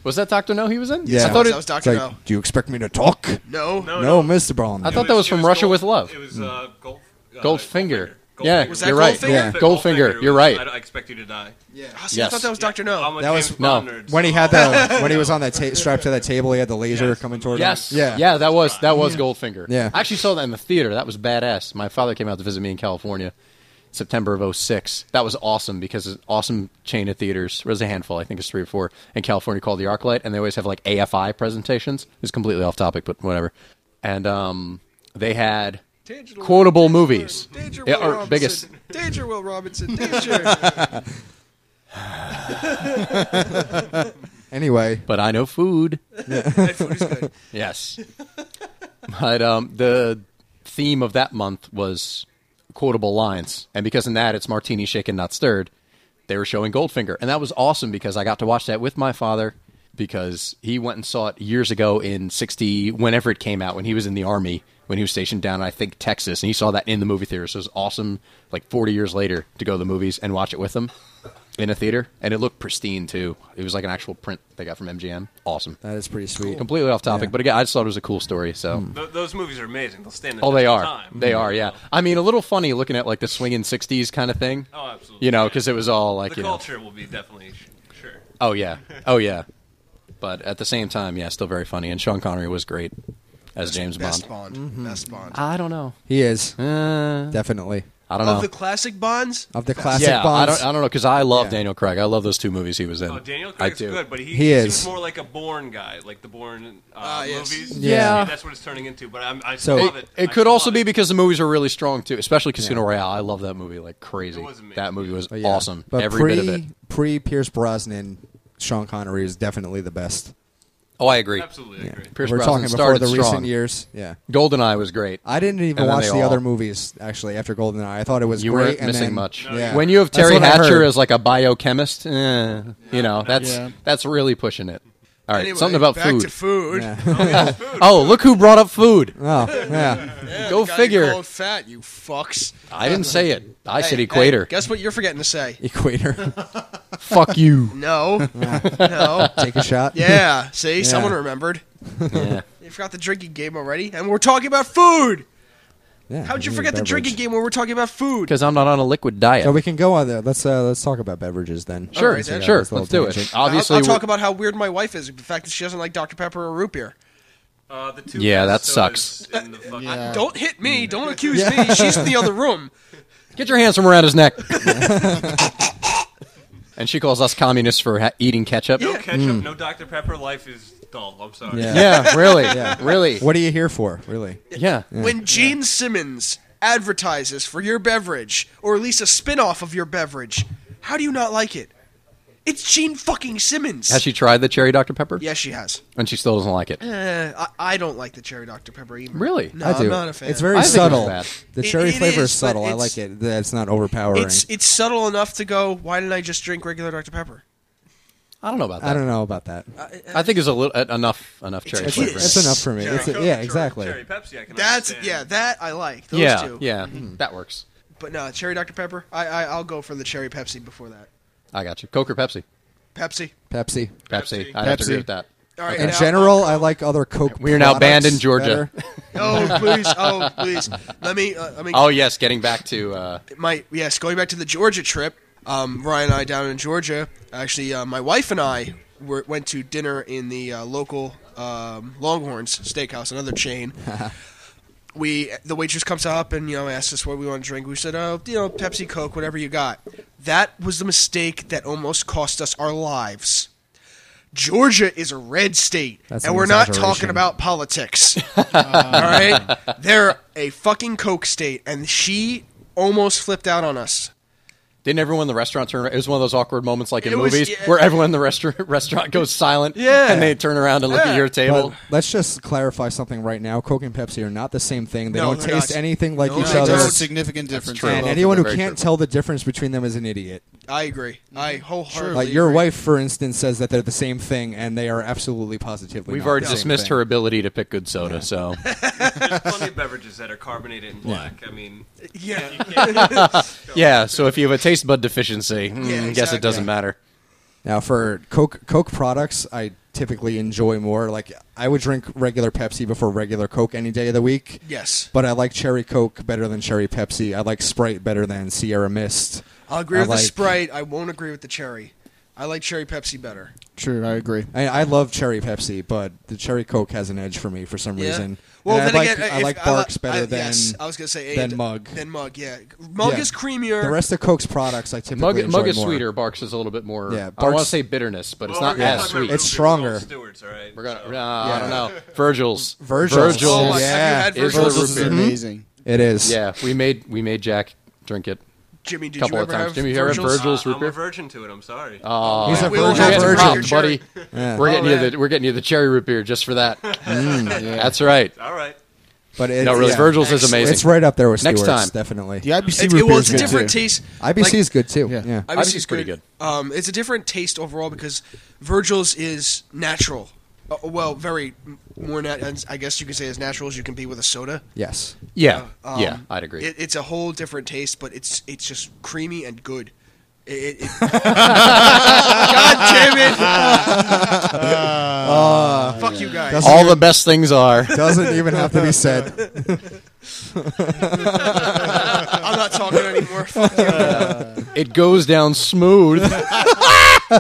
S1: Was that Doctor No he was in?
S4: Yeah.
S1: I thought it,
S2: That was
S4: It's
S2: Doctor
S4: like,
S2: No.
S4: do you expect me to talk?
S2: No.
S7: No,
S4: No, Mr. Bond.
S1: I thought that was
S7: it
S1: from Russia
S7: Gold-
S1: with Love.
S7: It was uh, Gold, uh,
S1: Goldfinger. Yeah,
S2: Was that
S1: you're right.
S2: Goldfinger? Yeah.
S1: Goldfinger, you're right.
S7: I, I expect you to die.
S2: Oh, see, I
S1: Yes.
S2: thought that was Doctor No.
S7: I'm a
S4: That was-
S7: James
S1: no.
S7: Bond nerd,
S4: when he
S7: so-
S4: had that, when he was on that ta- strapped to that table, he had the laser
S7: Yes.
S4: coming towards
S1: Yes.
S4: him. Yeah.
S1: Yeah, that was that was Goldfinger.
S4: Yeah.
S1: I actually saw that in the theater. That was badass. My father came out to visit me in California, September of 06. That was awesome because it's an awesome chain of theaters. There's a handful, I think it's three or four in California called the ArcLight, and they always have like AFI presentations. It's completely off topic, but whatever. And um, they had
S2: Danger
S1: quotable
S2: Will Robinson.
S1: movies.
S2: Danger
S1: Yeah,
S2: Will
S1: or
S2: Robinson.
S1: biggest.
S2: Danger
S1: [LAUGHS]
S2: Will Robinson. Danger.
S4: Anyway,
S1: But I know food.
S2: that food is good.
S1: Yes. but um, the theme of that month was quotable lines. And because in that it's martini shaken, not stirred, they were showing Goldfinger. And that was awesome because I got to watch that with my father because he went and saw it years ago in 60, whenever it came out, when he was in the Army, when he was stationed down, in, I think, Texas. And he saw that in the movie theater. So it was awesome, like 40 years later, to go to the movies and watch it with him in a theater. And it looked pristine, too. It was like an actual print they got from MGM. Awesome
S4: that is pretty sweet.
S1: completely off topic,
S4: Yeah. Hmm.
S1: but again, I just thought it was a cool story. So,
S7: Th- those movies are amazing. They'll stand. The
S1: oh,
S7: test
S1: they
S7: of
S1: are,
S7: Time.
S1: they are, yeah. I mean, a little funny looking at like the swinging '60s kind of thing.
S7: Oh, absolutely.
S1: You know,
S7: yeah.
S1: because it was all like,
S7: the
S1: you
S7: culture will be definitely sh- sure.
S1: know, oh yeah, oh yeah. But at the same time, yeah, still very funny. And Sean Connery was great as James Bond.
S2: Best Bond. Best Bond.
S1: I don't know.
S4: He is
S1: Uh,
S4: definitely
S1: I don't know.
S2: Of the classic Bonds,
S4: of the classic
S1: yeah,
S4: Bonds.
S1: I don't. I don't know because I love
S4: Yeah.
S1: Daniel Craig. I love those two movies he was in.
S7: Oh, Daniel
S1: I
S7: Craig's
S1: do.
S7: good, but he,
S4: He is.
S7: seems more like a Bourne guy, like the Bourne uh,
S2: Ah, yes.
S7: movies.
S4: Yeah.
S7: that's what it's turning into. But I'm, I
S4: So-
S7: love
S1: It,
S7: it.
S1: it
S7: I
S1: could
S7: love
S1: also be
S7: it.
S1: because the movies are really strong too, especially Casino Royale. I love that movie like crazy.
S7: It was amazing.
S1: that movie was
S4: But yeah.
S1: awesome.
S4: But
S1: Every
S4: pre,
S1: bit of it.
S4: Pre Pierce Brosnan, Sean Connery is definitely the best.
S1: Oh, I agree.
S7: absolutely I agree.
S1: Pierce
S4: We're
S1: Brosnan
S4: talking before
S1: started
S4: the
S1: strong.
S4: recent years. Yeah.
S1: Goldeneye was great.
S4: I didn't even
S1: then
S4: watch
S1: they
S4: the other
S1: all-
S4: movies actually after Goldeneye. I thought it was
S1: you
S4: great.
S1: weren't
S4: and
S1: missing
S4: then-
S1: much.
S4: Yeah.
S1: When you have
S4: That's
S1: Terry
S4: what I
S1: Hatcher
S4: heard.
S1: as like a biochemist, eh, you know that's
S3: Yeah.
S1: that's really pushing it. All right,
S2: Anyway,
S1: something about
S2: back
S1: food.
S2: to food.
S4: Yeah. [LAUGHS]
S1: [LAUGHS] Oh, look who brought up food.
S4: oh
S1: [LAUGHS]
S4: yeah,
S2: Yeah,
S1: Go
S2: the guy
S1: figure.
S2: Called fat, you fucks.
S1: I didn't say it. I said
S2: Hey,
S1: equator.
S2: hey, guess what you're forgetting to say?
S4: equator.
S1: [LAUGHS] Fuck you.
S2: No. [LAUGHS] no.
S4: Take a shot.
S2: Yeah. See, someone
S4: Yeah.
S2: remembered.
S1: yeah.
S2: You forgot the drinking game already, and we're talking about food.
S4: [LAUGHS] Yeah,
S2: How'd you
S4: we need
S2: forget the
S4: beverage.
S2: drinking game when we're talking about food?
S1: Because I'm not on a liquid diet.
S4: So we can go on there. Let's uh, let's talk about beverages then.
S1: sure,
S2: Alright, then.
S1: sure.
S4: That's
S1: Let's
S4: a little
S1: do it.
S4: tangent.
S2: I'll-
S1: Obviously,
S2: I'll, talk
S1: we-
S2: about how weird my wife is. The fact that she doesn't like Dr Pepper or root beer.
S7: Uh, the two
S1: Yeah, that
S7: sodas in the fucking-
S3: Yeah.
S2: Don't hit me. Don't accuse me. She's in the other room.
S1: get your hands from around his neck. [LAUGHS] and she calls us communists for ha- eating [GASPS] ketchup.
S7: No ketchup, no Dr Pepper. Life is dull. I'm sorry.
S4: Yeah.
S1: Hmm. Yeah, really, really.
S4: What are you here for, really?
S1: Yeah.
S2: When Gene Simmons advertises for your beverage, or at least a spin off of your beverage, how do you not like it? It's Gene fucking Simmons.
S1: Has she tried the cherry Dr Pepper?
S2: Yes, she has.
S1: And she still doesn't like it.
S2: Eh, I, I don't like the cherry Dr Pepper either.
S1: Really?
S2: No,
S4: I do.
S2: am not a fan.
S4: It's very
S1: I think it's
S4: subtle.
S1: bad.
S4: The
S2: It-
S4: cherry
S2: it
S4: flavor
S2: is,
S4: is subtle.
S2: but
S4: I like it. That it's not overpowering.
S2: It's it's subtle enough to go. Why didn't I just drink regular Dr Pepper? Uh,
S1: I don't know about that.
S4: I don't know about that.
S1: I think it's a little uh, enough enough cherry
S2: It's-
S1: flavor.
S4: That's enough for me.
S7: [LAUGHS] Cherry
S4: It's a-
S7: Coke,
S4: yeah,
S7: cherry-
S4: exactly.
S7: Cherry Pepsi. I can
S2: That's
S7: understand.
S2: yeah, that I like. Those
S1: yeah,
S2: two.
S1: yeah, Mm. that works.
S2: But no, cherry Dr Pepper. I, I I'll go for the cherry Pepsi before that.
S1: I got you. Coke or Pepsi?
S2: Pepsi.
S1: Pepsi.
S4: Pepsi.
S7: Pepsi.
S1: I have to
S3: Pepsi.
S1: agree with that.
S2: All right.
S4: In
S2: now-
S4: general, I like other Coke.
S1: We are now banned
S4: products
S1: in Georgia.
S4: better.
S2: Oh please. Oh please. Let me. Uh, let me.
S1: Oh yes, getting back to uh,
S2: my yes, going back to the Georgia trip, um, Ryan and I down in Georgia. Actually, uh, my wife and I were, went to dinner in the uh, local um, Longhorns Steakhouse, another chain. we the waitress comes up and you know asks us what we want to drink. We said, oh, you know, Pepsi, Coke, whatever you got. That was the mistake that almost cost us our lives. Georgia is a red state,
S4: That's
S2: and
S4: an
S2: we're not
S4: exaggeration.
S2: talking
S4: [LAUGHS]
S2: about politics. All right, they're a fucking coke state, and she almost flipped out on us.
S1: Didn't everyone in the restaurant turn? It was one of those awkward moments, like in
S2: It was-
S1: movies,
S2: yeah.
S1: where everyone in the restaurant [LAUGHS] restaurant goes silent.
S5: Yeah.
S1: and they turn around and look at
S2: Yeah.
S1: your table.
S4: But let's just clarify something right now. Coke and Pepsi are not the same thing. They
S2: No,
S4: don't
S2: they're
S4: taste
S2: not.
S4: anything like
S2: No,
S4: each
S2: they
S3: There's
S4: other.
S3: a
S2: don't.
S3: significant difference.
S1: true.
S3: in
S4: And
S3: both.
S4: anyone who
S1: Very
S4: can't
S1: true.
S4: tell the difference between them is an idiot.
S2: I agree. I wholeheartedly.
S4: Like your
S2: agree.
S4: wife, for instance, says that they're the same thing, and they are absolutely positively.
S1: We've
S4: not
S1: already
S4: the same
S1: dismissed
S4: thing.
S1: her ability to pick good soda, [LAUGHS] so
S7: There's plenty of beverages that are carbonated and black. I mean,
S2: Yeah.
S1: yeah. So if you have a taste bud deficiency, mm,
S2: Yeah,
S1: guess
S2: exactly.
S1: it doesn't matter.
S4: Now, for Coke Coke products, I typically enjoy more. Like I would drink regular Pepsi before regular Coke any day of the week.
S2: Yes.
S4: But I like cherry Coke better than cherry Pepsi. I like Sprite better than Sierra Mist.
S2: I'll agree
S4: I
S2: with the
S4: like-
S2: Sprite. I won't agree with the cherry. I like cherry Pepsi better.
S3: True, I agree.
S4: I, I love cherry Pepsi, but the cherry Coke has an edge for me for some reason.
S2: Well,
S4: And
S2: then
S4: I like,
S2: again,
S4: I
S2: if-
S4: like
S2: li-
S4: Barks better
S2: I-
S4: than
S2: yes, I was gonna say eh,
S4: than
S2: th-
S4: Mug.
S2: Than mug, yeah. Mug
S4: Yeah.
S2: is creamier.
S4: the rest of Coke's products. I typically
S1: Mug,
S4: enjoy
S1: mug is
S4: more.
S1: sweeter. Barks is a little bit more.
S4: Yeah,
S1: I want to
S4: Barks-
S1: say bitterness, but it's
S7: Well,
S1: not
S7: we're
S1: as
S7: talking about
S1: sweet.
S4: It's
S7: Ruby
S4: stronger.
S7: Gold Stewart's, all right?
S1: We're gonna.
S7: So-
S1: uh, I don't know. Virgil's.
S4: Virgil's.
S1: Virgil's.
S2: Oh my- have you
S4: yeah,
S2: had
S1: is the
S2: Virgil's?
S3: This is
S1: root beer.
S3: amazing.
S4: It is.
S1: Yeah, we made we made Jack drink it.
S2: Jimmy, did
S1: Couple
S2: you
S1: of
S2: ever
S1: times.
S2: have
S1: Jimmy, you ever had
S2: Virgil's?
S1: Virgil's root
S7: Uh, I'm a
S1: beer?
S7: virgin to it. I'm sorry.
S1: Oh,
S4: He's a
S2: We will
S4: Virgil
S2: have to
S4: Virgil.
S2: drop your cherry.
S1: buddy.
S4: Yeah.
S1: We're getting you
S2: Alright.
S1: the we're getting you the cherry root beer just for that. That's right.
S7: all right.
S4: But it,
S1: No, really,
S4: yeah.
S1: Virgil's is amazing.
S4: It's right up there with
S1: Next
S4: Stewart's,
S1: time.
S4: definitely.
S3: The IBC
S2: It,
S3: root
S2: it, well,
S3: beer
S2: it's
S3: is
S2: a
S3: good,
S2: different
S3: too.
S2: taste.
S4: IBC
S2: Like,
S4: is good too.
S3: Yeah.
S4: Yeah.
S2: IBC
S1: IBC
S2: is
S1: is pretty
S2: Um, it's a different taste overall because Virgil's is natural. Uh, well, very m- more nat- I guess you could say as natural as you can be with a soda.
S4: Yes.
S1: Yeah,
S2: Um,
S1: yeah, I'd agree. [LAUGHS]
S2: It, it's a whole different taste, but it's it's just creamy and good. It, it,
S4: [LAUGHS]
S2: it- God damn it! Uh, Fuck you guys.
S1: All the best things are.
S4: Doesn't even have to be
S2: [LAUGHS]
S4: said.
S2: I'm not talking anymore. [LAUGHS] Fuck you.
S1: It goes down smooth. oh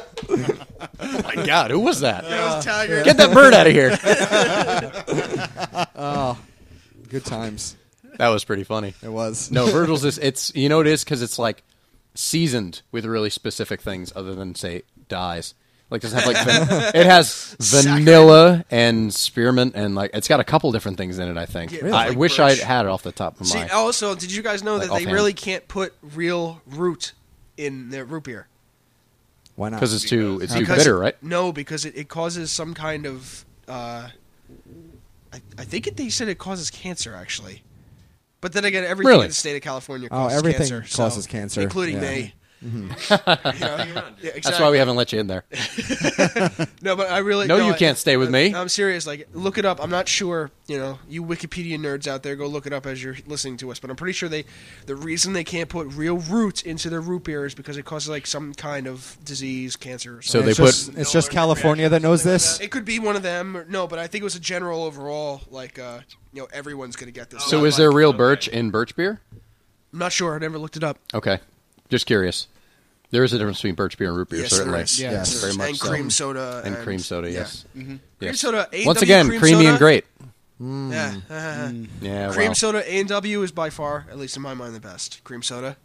S1: my god, who was that?
S2: That was Tiger.
S1: Get that bird out of here.
S4: Good times.
S1: That was pretty funny.
S4: It was.
S1: No, Virgil's is it's you know what it is because it's like seasoned with really specific things other than say dyes. Like doesn't have like
S2: [LAUGHS]
S1: van- it has vanilla and spearmint and like it's got a couple different things in it. I think.
S2: Yeah, Really?
S1: I
S2: like
S1: wish
S2: birch.
S1: I had it off the top of
S2: See, oh,
S1: my.
S2: also, did you guys know
S1: Like
S2: that they
S1: offhand.
S2: really can't put real root in their root beer?
S4: Why not?
S1: Because it's too it's too
S2: Because-
S1: bitter, right?
S2: No, because it, it causes some kind of. Uh, I, I think it, they said it causes cancer, actually. But then again, everything
S1: Really?
S2: in the state of California
S4: Oh,
S2: causes
S4: everything
S2: cancer. so-
S4: causes cancer,
S2: Including
S4: yeah. Mm-hmm.
S2: me. [LAUGHS] You know? Yeah,
S1: That's
S2: exactly.
S1: why we haven't let you in there.
S2: No, but I really.
S1: No, you
S2: I-
S1: can't stay with me.
S2: I'm serious. Like, look it up. I'm not sure. You know, you Wikipedia nerds out there, go look it up as you're listening to us. But I'm pretty sure they, the reason they can't put real root into their root beer is because it causes like some kind of disease, cancer. Or
S1: So
S2: something.
S1: they
S4: It's just,
S1: put
S4: it's just California that knows this.
S2: It could be one of them. Or, no, but I think it was a general overall. Like, uh, you know, everyone's gonna get this.
S1: So
S2: I'm
S1: is there
S2: like-
S1: real birch in birch beer?
S2: I'm not sure. I never looked it up.
S1: Okay, just curious. There is a difference between birch beer and root beer,
S2: Yes,
S1: certainly.
S2: there is.
S3: Yeah,
S2: Yes, there
S1: very
S2: is.
S1: much
S2: And
S1: so.
S2: cream soda. Mm-hmm.
S1: And cream soda, yes.
S2: Cream
S1: Yes.
S2: soda. A&W
S1: Once again,
S2: cream
S1: creamy
S2: soda?
S1: and great.
S2: Yeah. [LAUGHS]
S1: Mm.
S2: uh,
S1: Yeah, Oh,
S2: cream
S1: wow.
S2: soda A and W is by far, at least in my mind, the best. Cream soda.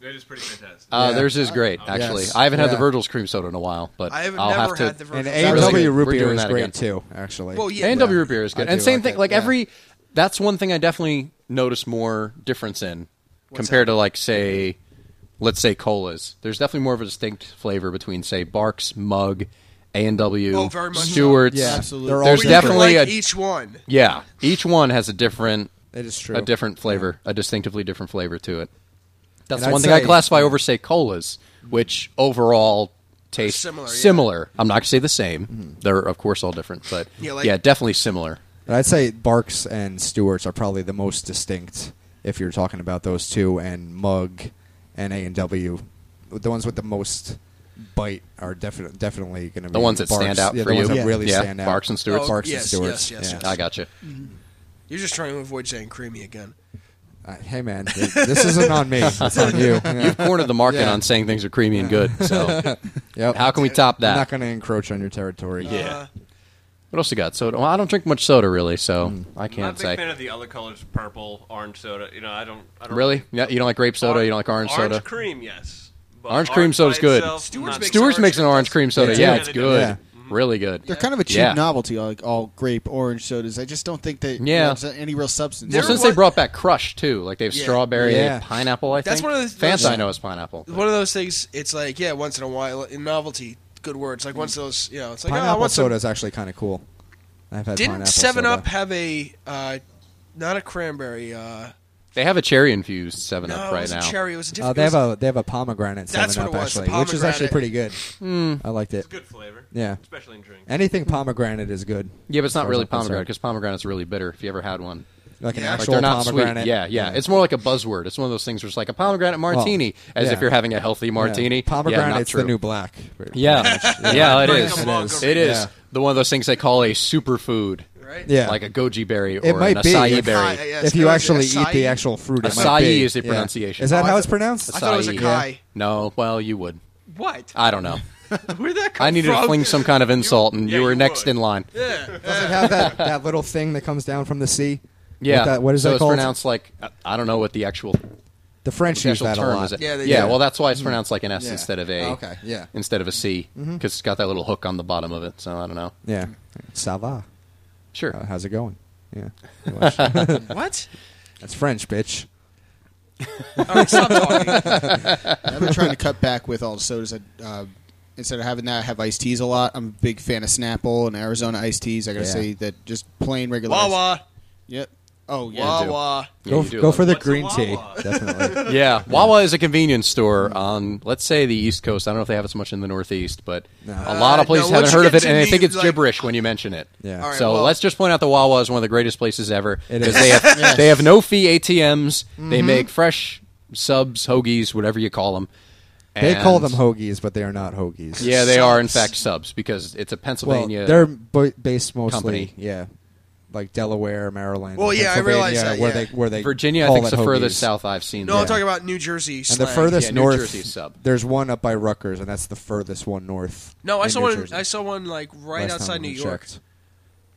S7: That is pretty fantastic.
S1: Uh, Theirs is great, actually.
S4: Yes.
S1: I haven't had the
S4: Yeah.
S1: Virgil's cream soda in a while, but
S2: I have
S1: will
S2: never
S1: have to.
S2: had the
S4: And
S2: Virgil's.
S4: A
S1: really
S4: W
S1: good.
S4: root
S1: We're
S4: beer
S1: doing
S4: is
S1: that
S4: great
S1: again.
S4: too. Actually.
S2: Well, yeah.
S1: A and W root beer is good,
S4: I
S1: and
S4: do
S1: same
S4: like
S1: thing.
S4: it,
S1: Like
S4: yeah.
S1: every, that's one thing I definitely notice more difference in compared to like say, let's say colas. There's definitely more of a distinct flavor between say Barks, Mug, A and W,
S2: Oh, very much so.
S1: Stewart's.
S4: Yeah,
S3: Absolutely.
S4: They're all
S1: There's
S2: We
S4: different.
S1: definitely
S2: like
S1: a-
S2: each one.
S1: Yeah, each one has a different,
S4: It is true.
S1: a different flavor, a distinctively different flavor to it. That's
S4: And I'd
S1: one thing I
S4: say-
S1: classify over say colas, which overall taste
S2: Similar,
S1: similar.
S2: yeah.
S1: I'm not gonna say the same.
S4: Mm-hmm.
S1: They're of course all different, but
S2: Yeah, like-
S1: yeah, definitely similar.
S4: But I'd say Barks and Stewart's are probably the most distinct if you're talking about those two, and Mug and A and W, the ones with the most bite are definitely definitely going to be
S1: The ones that
S4: Barks.
S1: stand out
S4: yeah,
S1: for
S4: the ones
S1: you.
S4: that really
S1: Yeah,
S4: stand out.
S1: Barks and Stewart's.
S4: Barks
S2: Oh, yes,
S4: and Stewart's.
S2: yes, yes,
S4: yeah.
S2: yes.
S1: I gotcha.
S2: You're just trying to avoid saying creamy again.
S4: Uh, hey man, th- this isn't on me. It's
S1: [LAUGHS]
S4: on you. [LAUGHS] Yeah.
S1: You've cornered the market
S4: Yeah.
S1: on saying things are creamy and good.
S4: [LAUGHS]
S1: So [LAUGHS]
S4: Yep.
S1: how can we top
S4: I'm
S1: that?
S4: not going to encroach on your territory.
S1: Yeah.
S2: Uh,
S1: what else you got? Soda. Well, I don't drink much soda really, so I
S4: Mm.
S7: I'm not a
S1: can't
S7: big
S1: say.
S7: fan of the other colors, purple, orange soda. You know, I don't. I don't
S1: Really? Yeah, you don't like grape soda. You don't like orange, soda.
S7: Orange cream, yes. But
S1: Orange cream soda's
S7: by
S1: good.
S7: itself,
S2: Stewart's
S7: not-
S2: makes
S1: Stewart's
S2: orange
S1: makes an orange cream soda.
S4: They
S1: Yeah,
S4: do.
S1: it's
S7: They do.
S1: good.
S4: Yeah.
S1: Really good.
S3: They're kind of a cheap
S1: Yeah.
S3: novelty, like all grape orange sodas. I just don't think they
S1: Yeah.
S3: represent any real substance.
S1: Well,
S2: They're
S1: since
S2: what-
S1: they brought back Crush too, like they have
S2: Yeah.
S1: strawberry, they have
S4: Yeah.
S1: pineapple. I think
S2: That's one of the-
S1: Fanta
S2: those-
S1: I know is pineapple.
S2: Uh, One of those things. It's like yeah, once in a while, in novelty, good words. Like once those, you know, it's like oh, I
S4: pineapple
S2: want some.
S4: soda is actually kind of cool. I've had
S2: Didn't
S4: pineapple
S2: Seven
S4: soda.
S2: Up have a uh, not a cranberry? Uh,
S1: They have a cherry infused Seven
S2: no,
S1: Up
S2: it
S1: right
S2: was
S1: now.
S2: a cherry. It was a different.
S4: Uh, they have
S2: it was-
S4: a they have a pomegranate
S2: That's
S4: Seven Up
S2: what it was, the
S4: actually, which is actually
S2: pomegranate.
S4: pretty good.
S1: Hmm.
S4: I liked it.
S7: It's good flavor.
S4: Yeah.
S7: Especially in drinks.
S4: Anything pomegranate is good.
S1: Yeah, but it's not really
S4: I'm concerned.
S1: pomegranate because pomegranate's really bitter. If you ever had one,
S4: Like an
S2: Yeah.
S1: like
S4: actual
S1: they're not sweet.
S4: pomegranate.
S1: Yeah, yeah, It's more like a buzzword. It's one of those things where it's like a pomegranate martini, as
S4: yeah.
S1: if you're having a healthy martini.
S4: Yeah.
S1: Yeah, not
S4: Pomegranate's
S1: true.
S4: the new black.
S1: Yeah, [LAUGHS] yeah, it is.
S7: It is.
S1: It is
S4: Yeah.
S1: the one of those things they call a superfood,
S2: Right?
S4: Yeah.
S1: like a goji berry or
S4: It might
S1: an
S4: be.
S1: acai
S4: Acai,
S1: berry.
S2: yeah,
S4: if
S2: so
S4: you
S2: it was
S4: actually eat the
S2: acai.
S4: actual fruit, it might
S1: Acai
S4: be.
S1: is the
S4: Yeah.
S1: pronunciation.
S4: Is that
S1: Oh,
S4: how
S1: I
S4: it's pronounced?
S2: I thought it was
S1: Acai.
S2: acai.
S1: No, well, you would.
S5: What?
S1: I don't know.
S5: Where that come
S1: I needed to
S5: from?
S1: fling some kind of insult, and
S7: yeah,
S1: you were
S7: you
S1: next
S7: would.
S1: in line. [LAUGHS]
S4: Does it have that, that little thing that comes down from the sea?
S1: Yeah,
S4: What, that, what is
S1: so
S4: that
S1: it's
S4: called?
S1: pronounced like I- I don't know what the actual
S4: the French use
S1: actual
S4: that a
S1: term
S4: lot. Mm-hmm.
S1: is. It?
S2: Yeah, they
S1: yeah.
S2: do.
S1: Well, that's why it's pronounced like an S
S4: Yeah.
S1: instead of a.
S4: Oh, okay, Mm-hmm. yeah.
S1: Instead of a C, because it's got that little hook on the bottom of it. So I don't know.
S4: Yeah. Ça va.
S1: Sure.
S4: Uh, how's it going?
S2: [LAUGHS]
S4: Yeah.
S2: What?
S4: [LAUGHS] That's French, bitch.
S2: All right, stop talking.
S1: [LAUGHS]
S3: I've been trying to cut back with all the sodas. I, uh, instead of having that, I have iced teas a lot. I'm a big fan of Snapple and Arizona iced teas. I gotta
S4: Yeah.
S3: say that just plain regular.
S2: Wah
S3: iced-
S2: wah
S3: Yep. Oh yeah.
S2: wah
S3: dude.
S2: wah.
S1: Yeah,
S4: Go,
S1: you do
S4: go
S1: love
S4: for the
S7: What's a
S4: green tea.
S7: Wawa?
S4: Definitely.
S1: Yeah, Wawa is a convenience store on, let's say, the East Coast. I don't know if they have it so much in the Northeast, but a lot
S2: Uh,
S1: of places
S2: no,
S1: haven't
S2: once you
S1: heard of
S2: get
S1: it,
S2: to
S1: and they
S2: the,
S1: think it's
S2: like-
S1: gibberish when you mention it.
S4: Yeah. All
S2: right,
S1: so
S2: well-
S1: let's just point out the Wawa is one of the greatest places ever
S4: It
S1: because
S4: is. [LAUGHS] Mm-hmm.
S1: they have they have no fee ATMs. They make fresh subs, hoagies, whatever you call them.
S4: They call
S1: And-
S4: them hoagies, but they are not hoagies.
S1: Yeah, they are in fact subs because it's a
S4: Well,
S1: Pennsylvania.
S4: they're b- based mostly,
S1: company.
S4: yeah, like Delaware, Maryland.
S2: Well, yeah, I realize
S4: Pennsylvania,
S2: that,
S4: Where
S2: yeah.
S4: they, where they
S1: Virginia, I
S4: call
S1: think's
S4: it
S1: the furthest
S4: hoagies.
S1: south I've seen.
S2: No,
S1: them.
S2: I'm talking about New Jersey.
S4: And the
S2: slang.
S4: furthest
S1: Yeah, New
S4: north,
S1: Jersey sub.
S4: there's one up by Rutgers, and that's the furthest one north.
S2: No, I
S4: in
S2: saw
S4: New
S2: one.
S4: Jersey.
S2: I saw one like right
S4: Last
S2: outside
S4: time
S2: New
S4: I
S2: York.
S4: checked.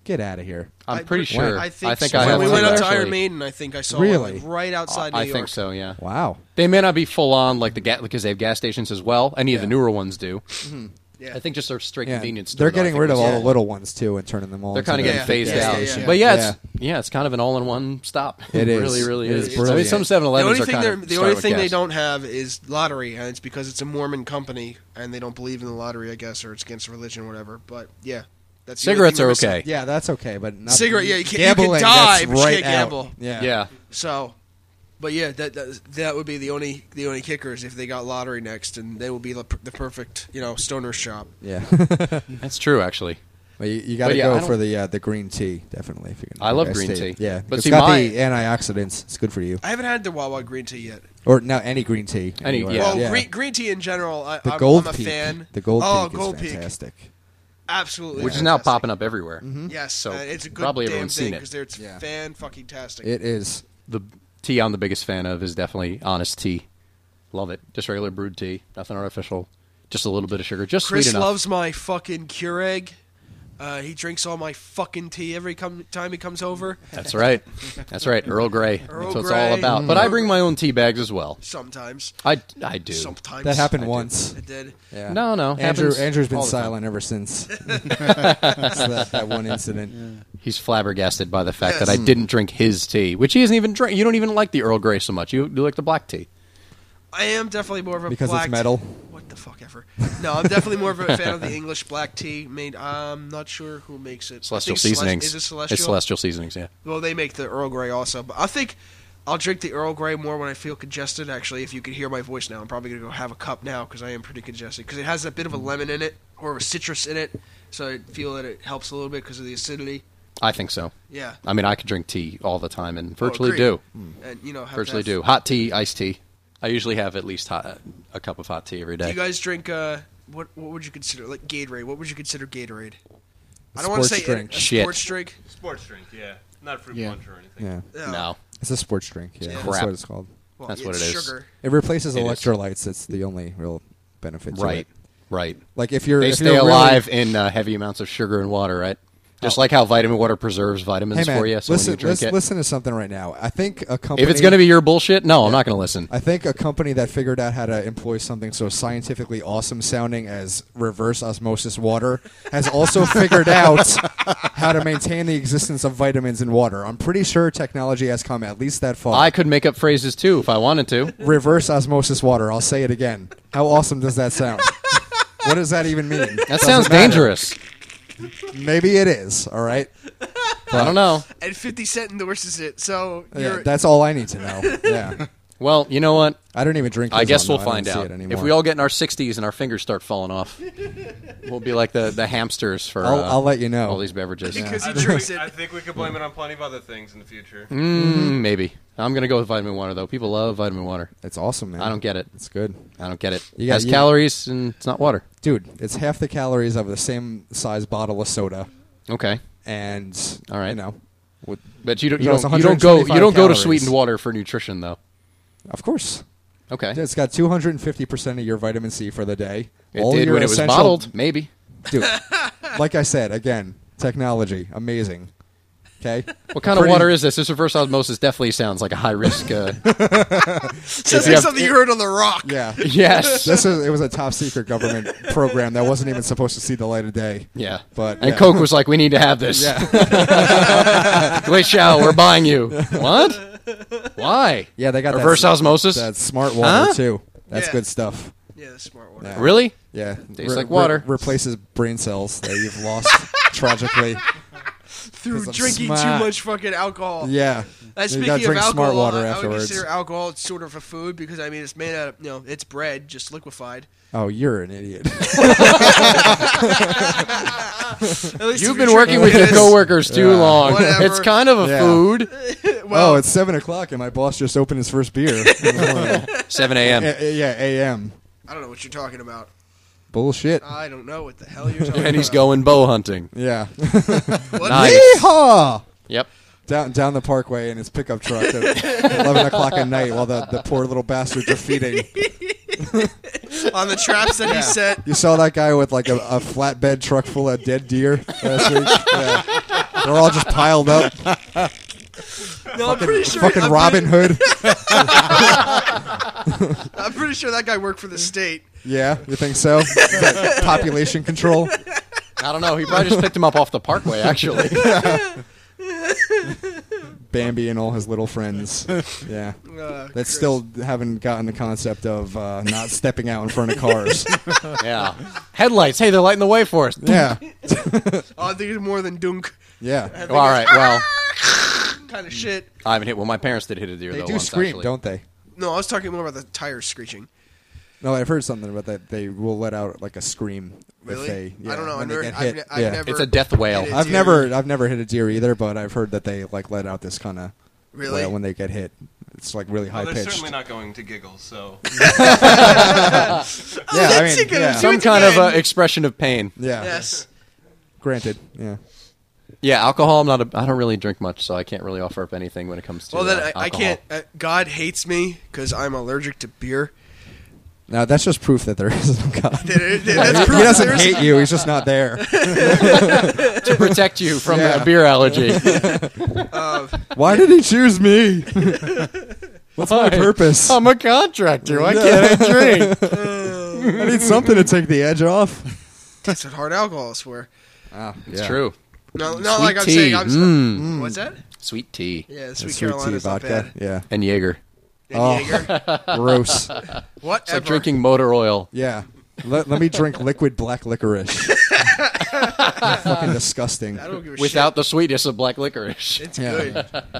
S4: Get out of here.
S1: I'm
S2: I-
S1: pretty sure.
S2: I think, so.
S1: I
S2: when
S1: have
S2: we
S1: one
S2: went up to
S1: actually.
S2: Iron Maiden, I think I saw
S4: Really?
S2: one like, right outside New
S1: I
S2: York.
S1: think so. Yeah.
S4: Wow.
S1: They may not be full on like the ga- because they have gas stations as well. Any of the newer ones do.
S2: Yeah.
S1: I think just their straight
S4: Yeah.
S1: convenience. Store,
S4: They're
S1: though, I
S4: getting
S1: think
S4: rid of
S1: was-
S4: all the little ones too, and turning them all.
S1: They're
S4: into
S1: kind of
S4: the-
S1: getting phased
S2: Yeah,
S1: out.
S2: yeah, yeah.
S1: But yeah,
S4: Yeah.
S1: it's yeah, it's kind of an all-in-one stop.
S4: It is.
S1: really, really
S4: It
S1: is.
S4: is
S1: I mean, some
S4: brilliant.
S1: 7-Elevens
S2: the only
S1: are
S2: thing
S1: kind
S2: they're-
S1: of
S2: the
S1: start
S2: only
S1: with
S2: thing they
S1: gas.
S2: don't have is lottery, and it's because it's a Mormon company, and they don't believe in the lottery, I guess, or it's against religion, or whatever. But yeah, that's the only
S1: Cigarettes
S2: thing
S1: are
S2: they're missing.
S1: okay.
S4: Yeah, that's okay, but not
S2: Cigarette, yeah, you can- you can
S4: gambling,
S2: die,
S4: that's
S2: but you
S4: right
S2: can't
S4: out.
S2: gamble.
S4: Yeah,
S1: Yeah.
S2: So, but yeah, that, that that would be the only the only kickers if they got lottery next, and they will be the, per- the perfect you know stoner shop.
S4: yeah. [LAUGHS]
S1: that's true. Actually,
S4: Well, you got to
S1: yeah, I
S4: go
S1: don't-
S4: for the uh, the green tea, definitely. If you can,
S1: I love
S4: gas
S1: green tea.
S4: Yeah,
S1: But
S4: it's
S1: see,
S4: got
S1: my-
S4: the antioxidants. It's good for you.
S2: I haven't had the Wawa green tea yet.
S4: Or no, any green tea.
S1: Any-
S4: anywhere.
S1: yeah.
S2: well, Green, green tea in general, I,
S4: the
S2: I'm,
S4: gold
S2: I'm a
S4: peak.
S2: fan.
S4: The gold
S2: oh,
S4: peak
S2: gold
S4: is
S2: peak,
S4: fantastic.
S2: absolutely,
S1: which is now
S2: fantastic.
S1: popping up everywhere.
S4: Mm-hmm.
S2: Yes,
S1: So,
S2: uh, it's a good
S1: probably
S2: damn
S1: everyone's
S2: thing
S1: seen it.
S2: because it's
S4: Yeah.
S2: fan fucking tastic.
S4: It is.
S1: The tea I'm the biggest fan of is definitely honest tea. Love it. Just regular brewed tea, nothing artificial. Just a little bit of sugar, just
S2: Chris
S1: sweet enough.
S2: loves my fucking Keurig. Uh, he drinks all my fucking tea every come, time he comes over.
S1: That's right. That's right. Earl
S2: [LAUGHS]
S1: Grey.
S2: Earl
S1: That's what it's
S2: Grey. Mm-hmm.
S1: all about. But I bring my own tea bags as well.
S2: Sometimes,
S1: I, I do.
S2: sometimes
S4: That happened
S1: I do.
S4: once.
S2: It did.
S4: Yeah.
S1: No, no,
S4: Andrew,
S1: happens
S4: Andrew's been
S1: all the time.
S4: silent ever
S1: [LAUGHS]
S4: since. [LAUGHS] It's that, that one incident.
S1: He's flabbergasted by the fact that I didn't drink his tea, which he isn't even drink. You don't even like the Earl Grey so much. You, you like the black tea.
S2: I am definitely more of a
S4: Because it's
S2: black
S4: metal?
S2: What the fuck ever? No, I'm definitely more of a fan
S4: [LAUGHS]
S2: of the English black tea made. I'm not sure who makes it. I
S1: Celestial
S2: think Celest-
S1: seasonings.
S2: is it celestial?
S1: It's celestial seasonings. Yeah.
S2: Well, they make the Earl Grey also, but I think I'll drink the Earl Grey more when I feel congested. Actually, if you could hear my voice now, I'm probably gonna go have a cup now because I am pretty congested because it has a bit of a lemon in it or a citrus in it, so I feel that it helps a little bit because of the acidity.
S1: I think so.
S2: Yeah,
S1: I mean, I could drink tea all the time, and virtually
S2: agreed.
S1: do.
S2: and you know, Mm, have to
S1: Virtually
S2: have-
S1: do. Hot tea, iced tea. I usually have at least hot, a cup of hot tea every
S2: Do
S1: day.
S2: you guys drink? Uh, what what would you consider like Gatorade? What would you consider Gatorade? I don't want to
S4: sports
S2: say
S4: drink.
S2: A, a
S1: Shit.
S2: sports drink.
S7: Sports drink, yeah. Not fruit
S3: Yeah.
S7: punch or anything.
S4: Yeah,
S2: No,
S1: no,
S4: it's a sports drink. Yeah, that's
S1: Crap.
S4: what it's called.
S2: Well,
S1: That's
S2: it's
S1: what it is.
S2: Sugar.
S4: It replaces
S1: It is.
S4: electrolytes. That's the only real benefit. To
S1: right,
S4: it.
S1: right.
S4: Like if you're
S1: They
S4: if
S1: stay
S4: you're
S1: alive
S4: Really, Oh.
S1: in uh, heavy amounts of sugar and water, right? Just like how vitamin water preserves vitamins
S4: Hey man,
S1: for you. So when
S4: listen,
S1: you drink
S4: listen,
S1: it,
S4: listen to something right now. I think a company.
S1: if it's going to be your bullshit, no, I'm not going to listen.
S4: I think a company that figured out how to employ something so scientifically awesome sounding as reverse osmosis water
S1: [LAUGHS]
S4: has also figured out how to maintain the existence of vitamins in water. I'm pretty sure technology has come at least that far.
S1: I could make up phrases too if I wanted to.
S4: reverse osmosis water. I'll say it again. How awesome does
S1: [LAUGHS]
S4: that sound? what does that even mean?
S1: That
S4: Doesn't
S1: sounds
S4: matter.
S1: dangerous.
S4: Maybe it is. All right.
S1: I don't know.
S2: And 50 Cent endorses it, so
S4: Yeah,
S2: you're,
S4: that's all I need to know. Yeah.
S1: Well, you know what?
S4: I don't even drink.
S1: I guess
S4: Lizon,
S1: we'll
S4: though. I
S1: find
S4: don't see
S1: out.
S4: it anymore.
S1: If we all get in our 60s and our fingers start falling off, we'll be like the, the hamsters for
S4: I'll-
S1: uh,
S4: I'll let you know.
S1: all these beverages.
S2: because
S7: I
S2: he
S4: [LAUGHS]
S7: think,
S2: drinks
S7: we,
S2: it.
S7: I think we could blame it on plenty of other things in the future.
S1: Mm, maybe. I'm going to go with vitamin water, though. People love vitamin water.
S4: it's awesome, man.
S1: I don't get it.
S4: It's good,
S1: I don't get it.
S4: You
S1: It
S4: got-
S1: has
S4: you-
S1: calories and it's not water.
S4: dude. It's half the calories of the same size bottle of soda,
S1: Okay.
S4: and
S1: All right.
S4: you know, with,
S1: But you don't you
S4: No, it's
S1: don't, you don't go you
S4: 125
S1: don't go to
S4: calories.
S1: sweetened water for nutrition though.
S4: of course,
S1: Okay.
S4: it's got 250 percent of your vitamin C for the day.
S1: It
S4: all
S1: did
S4: your
S1: when it was
S4: essential-
S1: bottled, maybe. [LAUGHS]
S4: dude. like I said again, technology, amazing. Okay,
S1: What kind
S4: Pretty-
S1: of water is this? This reverse osmosis definitely sounds like a high risk.
S4: [LAUGHS]
S1: Uh,
S2: Sounds
S1: you
S2: like
S1: have-
S2: something you heard on The Rock.
S4: yeah.
S1: [LAUGHS]
S4: [LAUGHS]
S1: yes.
S4: This is, it was a top secret government program that wasn't even supposed to see the light of day.
S1: Yeah.
S4: But,
S1: and
S4: yeah.
S1: Coke was like, "We need to have this." [LAUGHS] Yeah. [LAUGHS] Wait, Shao, we're buying you. What? Why?
S4: [LAUGHS] Yeah, they got
S1: reverse
S4: that,
S1: osmosis.
S4: That smart water
S1: Huh?
S4: too. That's
S2: Yeah.
S4: good stuff.
S2: Yeah, that's smart one.
S4: Yeah.
S1: Really?
S4: Yeah,
S1: Tastes like water.
S4: replaces brain cells that you've
S2: [LAUGHS]
S4: lost tragically.
S2: Through
S4: 'Cause I'm
S2: drinking
S4: smart.
S2: too much fucking alcohol.
S4: Yeah,
S2: Uh,
S4: you
S2: speaking
S4: gotta
S2: of
S4: drink
S2: alcohol,
S4: smart water
S2: I, I would
S4: afterwards.
S2: consider alcohol sort of a food because I mean it's made out of you know it's bread just liquefied.
S4: oh, you're an
S2: [LAUGHS]
S4: idiot.
S2: At least
S1: You've
S2: if you're
S1: been working with
S2: drinking
S1: your
S2: it is-
S1: coworkers too
S4: Yeah.
S1: long.
S2: Whatever.
S1: It's kind of a
S4: Yeah.
S1: food.
S4: oh, it's seven o'clock and my boss just opened his first
S2: [LAUGHS]
S4: beer. yeah,
S1: 7 a.m.
S4: yeah, a.m.
S2: I don't know what you're talking about.
S4: Bullshit.
S2: I don't know what the hell
S4: [LAUGHS]
S2: you're talking about.
S1: And he's going bow hunting.
S4: Yeah.
S2: What?
S1: Nice.
S4: Yeehaw!
S1: Yep.
S4: [LAUGHS] Down down the parkway in his pickup truck at eleven o'clock at night while the, the poor little bastards are feeding.
S2: on the traps that he set.
S4: You saw that guy with like a, a flatbed truck full of dead deer last
S2: [LAUGHS]
S4: week. Yeah. They're all just piled up.
S2: No, I'm pretty sure.
S4: Fucking
S2: I'm
S4: Robin
S2: Pretty,
S4: Hood.
S2: I'm pretty sure that guy worked for the state.
S4: Yeah, you think so? Is that population control.
S1: I don't know. He probably just picked him up off the parkway,
S4: [LAUGHS]
S1: actually.
S4: Bambi and all his little friends. Yeah.
S2: Uh,
S4: That still haven't gotten the concept of uh, not stepping out in front of cars.
S1: yeah. Headlights. Hey, they're lighting the way for us.
S4: Yeah.
S2: Oh, I think it's more than dunk
S4: Yeah.
S1: All right. Well,
S2: kind
S4: Mm.
S2: of shit.
S1: I haven't hit. Well, my parents did hit a deer
S4: They
S1: though.
S4: do
S1: once,
S4: scream,
S1: actually.
S4: don't they?
S2: No, I was talking more about the tires screeching.
S4: No, I've heard something about that. They will let out like a scream
S2: Really?
S4: if they. Yeah,
S2: I don't know.
S4: when
S2: I've
S4: they
S2: never,
S4: get
S2: I've,
S4: hit.
S2: ne- I've
S4: yeah.
S2: never.
S1: It's a death whale.
S2: hit a
S4: I've
S2: deer.
S4: never, I've never hit a deer either, but I've heard that they like let out this kind of.
S2: Really?
S4: When they get hit, it's like really high
S7: Well, they're
S4: pitched.
S7: Oh, certainly not going to giggle, so
S4: yeah, I
S2: that's
S4: mean,
S2: a good-
S4: yeah,
S1: Some kind of uh, expression of pain.
S4: yeah.
S2: Yes.
S4: Granted, yeah.
S1: Yeah, alcohol. I'm not. A, I don't really drink much, so I can't really offer up anything when it comes to.
S2: Well, then
S1: uh,
S2: I, I
S1: alcohol.
S2: can't. Uh, God hates me because I'm allergic to beer.
S1: [LAUGHS]
S4: Now that's just proof that there is no God.
S2: [LAUGHS] That- that- That's
S4: he
S2: proof
S4: doesn't
S2: there's-
S4: hate you. He's just not
S2: [LAUGHS]
S4: there.
S1: to protect you from
S4: Yeah.
S1: a beer allergy.
S4: [LAUGHS]
S2: Um,
S4: Why did he choose
S2: [LAUGHS]
S4: me? What's my purpose?
S1: I'm a contractor. Why can't
S4: [LAUGHS]
S2: [LAUGHS]
S1: I drink?
S4: I need something to take the edge off.
S2: That's what hard alcohol is for. Ah,
S1: It's true.
S2: No, not
S1: Sweet
S2: like I'm
S1: tea.
S2: saying. I'm
S1: Mm.
S2: What's that?
S1: Sweet tea
S2: Yeah, the
S4: The
S2: sweet, Carolina's not
S4: vodka.
S2: bad.
S4: Yeah,
S1: and Jaeger.
S2: And
S4: Oh.
S2: Jaeger.
S4: gross.
S2: Whatever.
S1: It's like drinking motor oil.
S4: yeah, let, let me drink liquid black
S2: [LAUGHS]
S4: licorice. Fucking disgusting.
S2: I don't give a
S1: Without
S2: shit.
S1: the sweetness of black licorice. [LAUGHS]
S2: It's
S4: Yeah.
S2: good.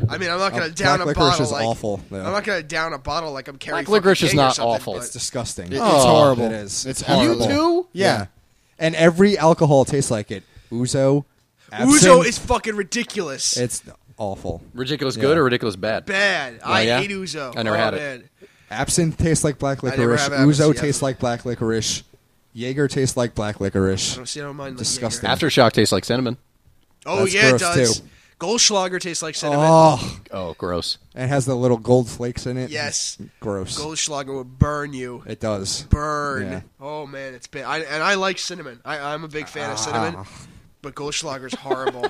S2: I mean, I'm not
S1: Uh,
S2: gonna
S4: Black
S2: down a
S4: licorice
S2: bottle.
S4: is
S2: like,
S4: awful, though.
S2: I'm not gonna down a bottle like I'm carrying.
S1: Black licorice is not awful.
S4: It's disgusting.
S3: It-
S1: Oh,
S3: it's horrible.
S4: it is.
S3: It's
S4: You
S3: horrible.
S1: too?
S4: Yeah. and every alcohol tastes like it. Uzo,
S2: Uzo
S4: absinthe.
S2: is fucking ridiculous.
S4: It's awful.
S1: Ridiculous good
S4: Yeah.
S1: or ridiculous bad?
S2: bad. I
S1: Oh, yeah?
S2: hate Uzo.
S1: I never
S2: Oh,
S1: had it.
S2: man.
S4: Absinthe tastes like black
S2: never
S4: licorice.
S2: have absinthe,
S4: Uzo
S2: yeah.
S4: tastes like black licorice. Jaeger tastes like black
S2: I
S4: licorice.
S2: don't see. I don't mind. like,
S4: Disgusting.
S2: Jaeger.
S1: Aftershock tastes like cinnamon.
S2: Oh
S4: That's
S2: yeah, it
S4: gross,
S2: does.
S4: too.
S2: Goldschlager tastes like cinnamon.
S4: Oh,
S1: Oh, gross.
S4: it has the little gold flakes in it.
S2: Yes.
S4: gross.
S2: Goldschlager will burn you.
S4: It does.
S2: Burn.
S4: Yeah. Ah.
S2: Oh man, it's bad. I, and I like cinnamon. I, I'm a big fan of cinnamon. but
S4: [LAUGHS]
S2: Goldschlager's horrible.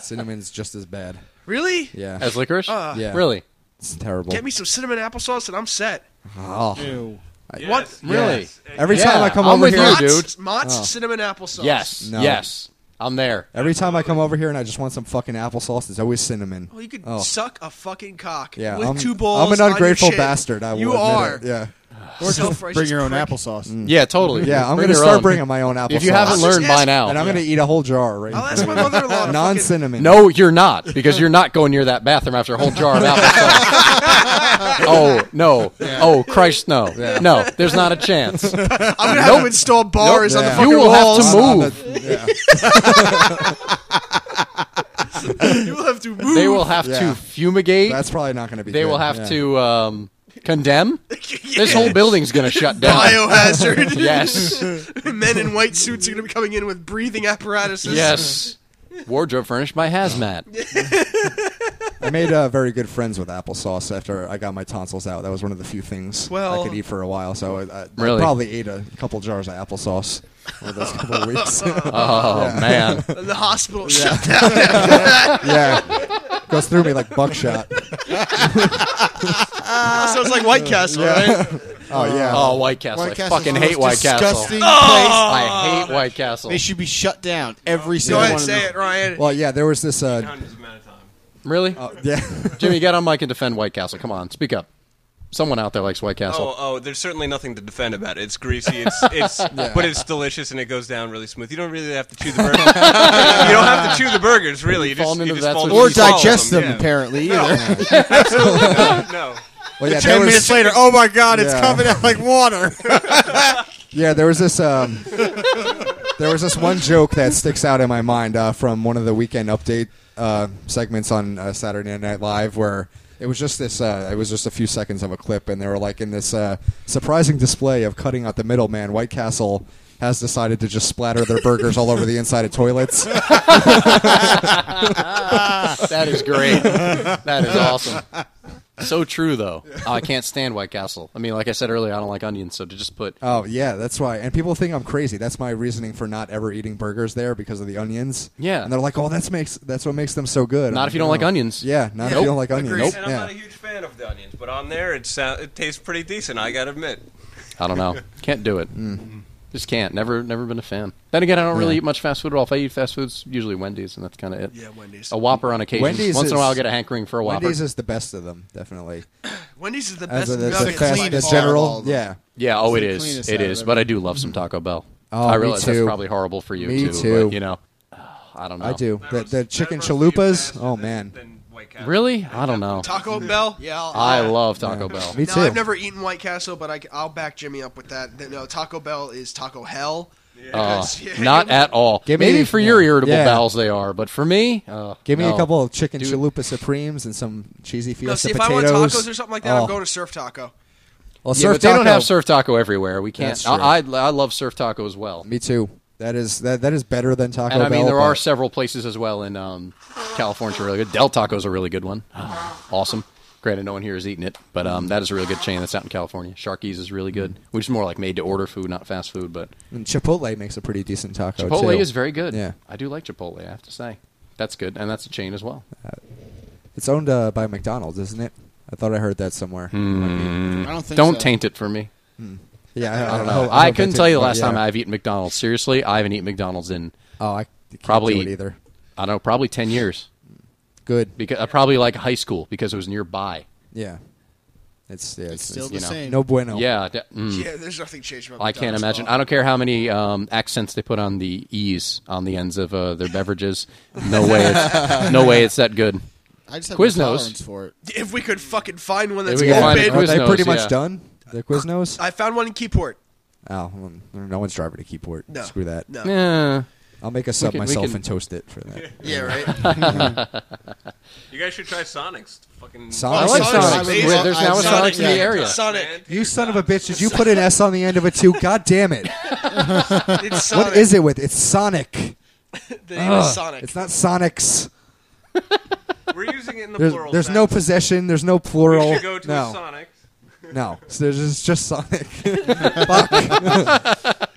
S4: Cinnamon's just as bad.
S2: really?
S4: Yeah.
S1: As licorice?
S2: Uh.
S4: yeah.
S1: Really?
S4: It's terrible.
S2: Get me some cinnamon applesauce and I'm set.
S4: Oh.
S2: What?
S1: Really?
S4: Every
S1: Yeah,
S4: time I come
S1: I'm
S4: over
S1: with
S4: here, Oh.
S1: you.
S2: Mott's,
S1: dude.
S2: Mott's cinnamon applesauce.
S1: Yes.
S4: No.
S1: Yes. I'm there.
S4: every time I come over here, and I just want some fucking applesauce. It's always cinnamon.
S2: Well, you could
S4: Oh.
S2: suck a fucking cock
S4: Yeah,
S2: with
S4: I'm-
S2: two balls.
S4: I'm an
S2: on your
S4: ungrateful
S2: chin.
S4: bastard. I will
S2: you
S4: admit
S2: are.
S4: It.
S2: [LAUGHS]
S4: Yeah,
S2: Or self-righteous
S3: Bring your own
S2: prick.
S3: applesauce.
S1: Yeah, totally.
S4: yeah. I'm
S1: Bring
S4: gonna
S1: your
S4: start
S1: own.
S4: bringing my own applesauce.
S1: If you haven't
S2: I'll just
S1: learned by
S2: ask-
S1: now,
S4: and I'm gonna eat a whole jar right. in
S2: I'll ask my
S4: front of
S2: mother-in-law. to
S4: me.
S2: fucking-
S1: [LAUGHS]
S4: Non-cinnamon.
S1: No, you're not, because you're not going near that bathroom after a whole jar of applesauce. oh no! Oh Christ, no! No, there's not a chance.
S2: I'm gonna have to install bars on the
S4: Yeah.
S2: fucking
S1: you will
S2: walls.
S1: have to move.
S4: Yeah.
S2: you will
S4: [LAUGHS]
S2: have to move.
S1: They will have
S4: Yeah.
S1: to fumigate.
S4: That's probably not gonna be.
S1: they
S4: good.
S1: will have
S4: Yeah.
S1: to um, condemn.
S2: [LAUGHS] Yeah.
S1: This whole building's going to shut down.
S4: [LAUGHS]
S2: biohazard.
S1: [LAUGHS] yes,
S2: [LAUGHS] Men in white suits are gonna be coming in with breathing apparatuses.
S1: yes. Wardrobe furnished by hazmat.
S4: I made uh, very good friends with applesauce after I got my tonsils out. That was one of the few things
S2: Well-
S4: I could eat for a while. So I, I,
S1: Really?
S4: I probably ate a couple jars of applesauce
S1: [LAUGHS]
S4: over those couple of weeks. [LAUGHS]
S1: Oh man,
S2: And the hospital shut down.
S4: yeah, goes through me like buckshot.
S2: so it's like White Castle, right?
S1: [LAUGHS]
S4: Oh yeah.
S1: oh White Castle.
S3: White
S1: I
S3: Castle's
S1: fucking
S3: the
S1: hate
S3: most
S1: White
S3: disgusting
S1: Castle.
S3: Place.
S1: I hate White Castle.
S3: They should be shut down every
S2: Go
S3: single
S2: ahead,
S3: one. of
S2: say
S3: them.
S2: it, Ryan.
S4: Well, yeah, there was this. Uh,
S7: Hundreds amount of time.
S1: Really,
S4: yeah,
S1: Jimmy? Get on mic and defend White Castle. Come on, speak up. Someone out there likes White Castle.
S7: Oh, oh, there's certainly nothing to defend about it. It's greasy, it's, it's but it's delicious, and it goes down really smooth. You don't really have to chew the burger. [LAUGHS] you don't have to chew the burgers, really. You
S1: Fall
S7: just,
S1: into
S7: you just
S1: that
S7: fall
S1: sort
S7: into
S1: of-
S3: Or
S7: you swallow
S3: digest them,
S7: yeah.
S3: apparently. Either.
S7: Absolutely not, no.
S4: [LAUGHS] well, yeah, there
S3: Ten
S4: was-
S3: minutes later, oh my god, it's
S4: Yeah.
S3: coming out like water.
S4: [LAUGHS] Yeah, there was this. Um, there was this one joke that sticks out in my mind uh, from one of the weekend update uh, segments on uh, Saturday Night Live, where it was just this. Uh, it was just a few seconds of a clip, and they were like in this uh, surprising display of cutting out the middleman. White Castle has decided to just splatter their burgers all over the inside of toilets.
S1: [LAUGHS] That is great. that is awesome. So true, though. Oh, I can't stand White Castle. I mean, like I said earlier, I don't like onions, so to just put
S4: Oh yeah, that's why. And people think I'm crazy. That's my reasoning for not ever eating burgers there because of the onions.
S1: Yeah.
S4: and they're like, oh, that's makes that's what makes them so good.
S1: Not
S4: I'm "Oh,
S1: if you don't like onions.
S4: Yeah, not if you don't like onions.
S2: Agreed.
S7: And I'm
S4: oh, Yeah.
S7: not a huge fan of the onions, but on there, it sound, it tastes pretty decent. I gotta admit.
S1: I don't know. Can't do it.
S4: Mm.
S1: Just can't. Never, never been a fan. Then again, I don't really eat much fast food at all. If I eat fast food, it's usually Wendy's, and that's kind of it.
S2: Yeah, Wendy's.
S1: A Whopper on occasion.
S4: Wendy's
S1: Once in a while,
S4: is-
S1: I'll get a hankering for a Whopper.
S4: Wendy's is the best of them, definitely.
S2: Wendy's is the
S4: As
S2: best
S4: a, that's the
S2: nugget.
S4: fast,
S2: Cleanest.
S4: the
S3: all
S4: general,
S3: of them.
S4: yeah.
S1: yeah, oh, it
S3: it's
S1: is.
S3: the cleanest
S1: It
S3: out of
S1: is.
S3: it.
S1: But I do love some Taco Bell.
S4: Oh,
S1: I
S4: me
S1: realize that's
S4: too.
S1: probably horrible for you
S4: Me
S1: too.
S4: too.
S1: But, you know, I don't know.
S4: I do. The, the chicken
S7: That roast beef
S4: chalupas.
S7: faster
S4: Oh
S7: than-
S4: man,
S7: than White Castle.
S1: Really? I don't know.
S2: Taco Bell. Yeah, I'll-
S1: I love Taco Bell.
S4: Ah, [LAUGHS] me
S2: No,
S4: too.
S2: I've never eaten White Castle, but I, will back Jimmy up with that. Th- No, Taco Bell is Taco Hell.
S1: Uh,
S2: Because- yeah.
S1: Not at all.
S4: Give
S1: Maybe
S4: me-
S1: for your
S4: yeah.
S1: irritable
S4: Yeah.
S1: bowels they are, but for me, uh,
S4: Give me
S1: no.
S4: a couple of chicken
S1: Dude.
S4: chalupa supremes and some cheesy
S2: No,
S4: fiesta
S2: see, if I want
S4: potatoes.
S2: tacos or something like that,
S4: Oh.
S2: I'm going to Surf Taco.
S4: Well,
S1: Yeah,
S4: surf
S1: but they don't
S4: taco.
S1: have surf taco everywhere. We can't.
S4: That's true.
S1: I, I I love surf taco as well.
S4: Me too. That is that that is better than Taco
S1: and I
S4: Bell.
S1: mean, there
S4: but-
S1: are several places as well in um, California that are really good. Del Taco's a really good one.
S4: Ah.
S1: awesome. Granted, no one here is eating it, but um, that is a really good chain that's out in California. Sharky's is really
S4: Mm.
S1: good, which is more like made to order food, not fast food. But
S4: And Chipotle makes a pretty decent taco.
S1: Chipotle
S4: too.
S1: is very good.
S4: Yeah.
S1: I do like Chipotle. I have to say, that's good, and that's a chain as well.
S4: It's owned uh, by McDonald's, isn't it? I thought I heard that somewhere.
S3: I don't think
S1: Don't
S3: so.
S1: taint it for me.
S4: Yeah, Uh, I,
S1: I don't know.
S4: hope-
S1: Oh, I
S4: hope
S1: couldn't
S4: that's
S1: tell
S4: it,
S1: you the
S4: but
S1: last
S4: yeah.
S1: time I've eaten McDonald's. Seriously, I haven't eaten McDonald's in
S4: Oh, I can't
S1: Probably-
S4: do it either.
S1: I don't know, probably ten years.
S4: Good.
S1: Because uh, probably like high school because it was nearby.
S4: Yeah. It's yeah.
S3: It's still the
S1: you know.
S3: same.
S4: no bueno.
S1: Yeah, de- mm.
S2: Yeah, there's nothing changed about
S1: I can't
S2: McDonald's at
S1: imagine.
S2: all.
S1: I don't care how many um, accents they put on the e's on the ends of uh, their beverages. No way, it's, no way, it's that good.
S3: I just have
S1: Quiznos.
S3: no tolerance for it.
S2: If we could fucking find one
S1: If
S2: that's
S1: we could
S2: open.
S1: find a
S4: Are they
S1: Quiznos,
S4: pretty much
S1: yeah.
S4: done? The Quiznos?
S2: I found one in Keyport.
S4: Oh, well, no one's driving to Keyport.
S2: No.
S4: Screw that.
S2: No.
S1: Yeah,
S4: I'll make a sub
S1: can- we
S4: myself
S1: can-
S4: and toast it for that.
S2: Yeah, right?
S7: You guys should try Sonic's. Fucking
S4: Sonic-
S1: I like
S2: Sonic's
S1: Sonic.
S2: amazing.
S1: Wait, There's now a
S3: Sonic's
S1: Sonic in the
S3: amazing.
S1: area.
S2: Sonic.
S4: You son of a bitch! Did you put an S on the end of it too? God damn it!
S2: It's Sonic.
S4: What is it with? It's Sonic.
S2: The name
S4: Ugh.
S2: is Sonic.
S4: It's not Sonics.
S7: We're using it in the
S4: There's,
S7: plural.
S4: there's no
S7: sense.
S4: possession. There's no
S7: We
S4: plural.
S7: should go to
S4: no,
S7: a Sonic's.
S2: [LAUGHS]
S4: no. So there's just, just Sonic.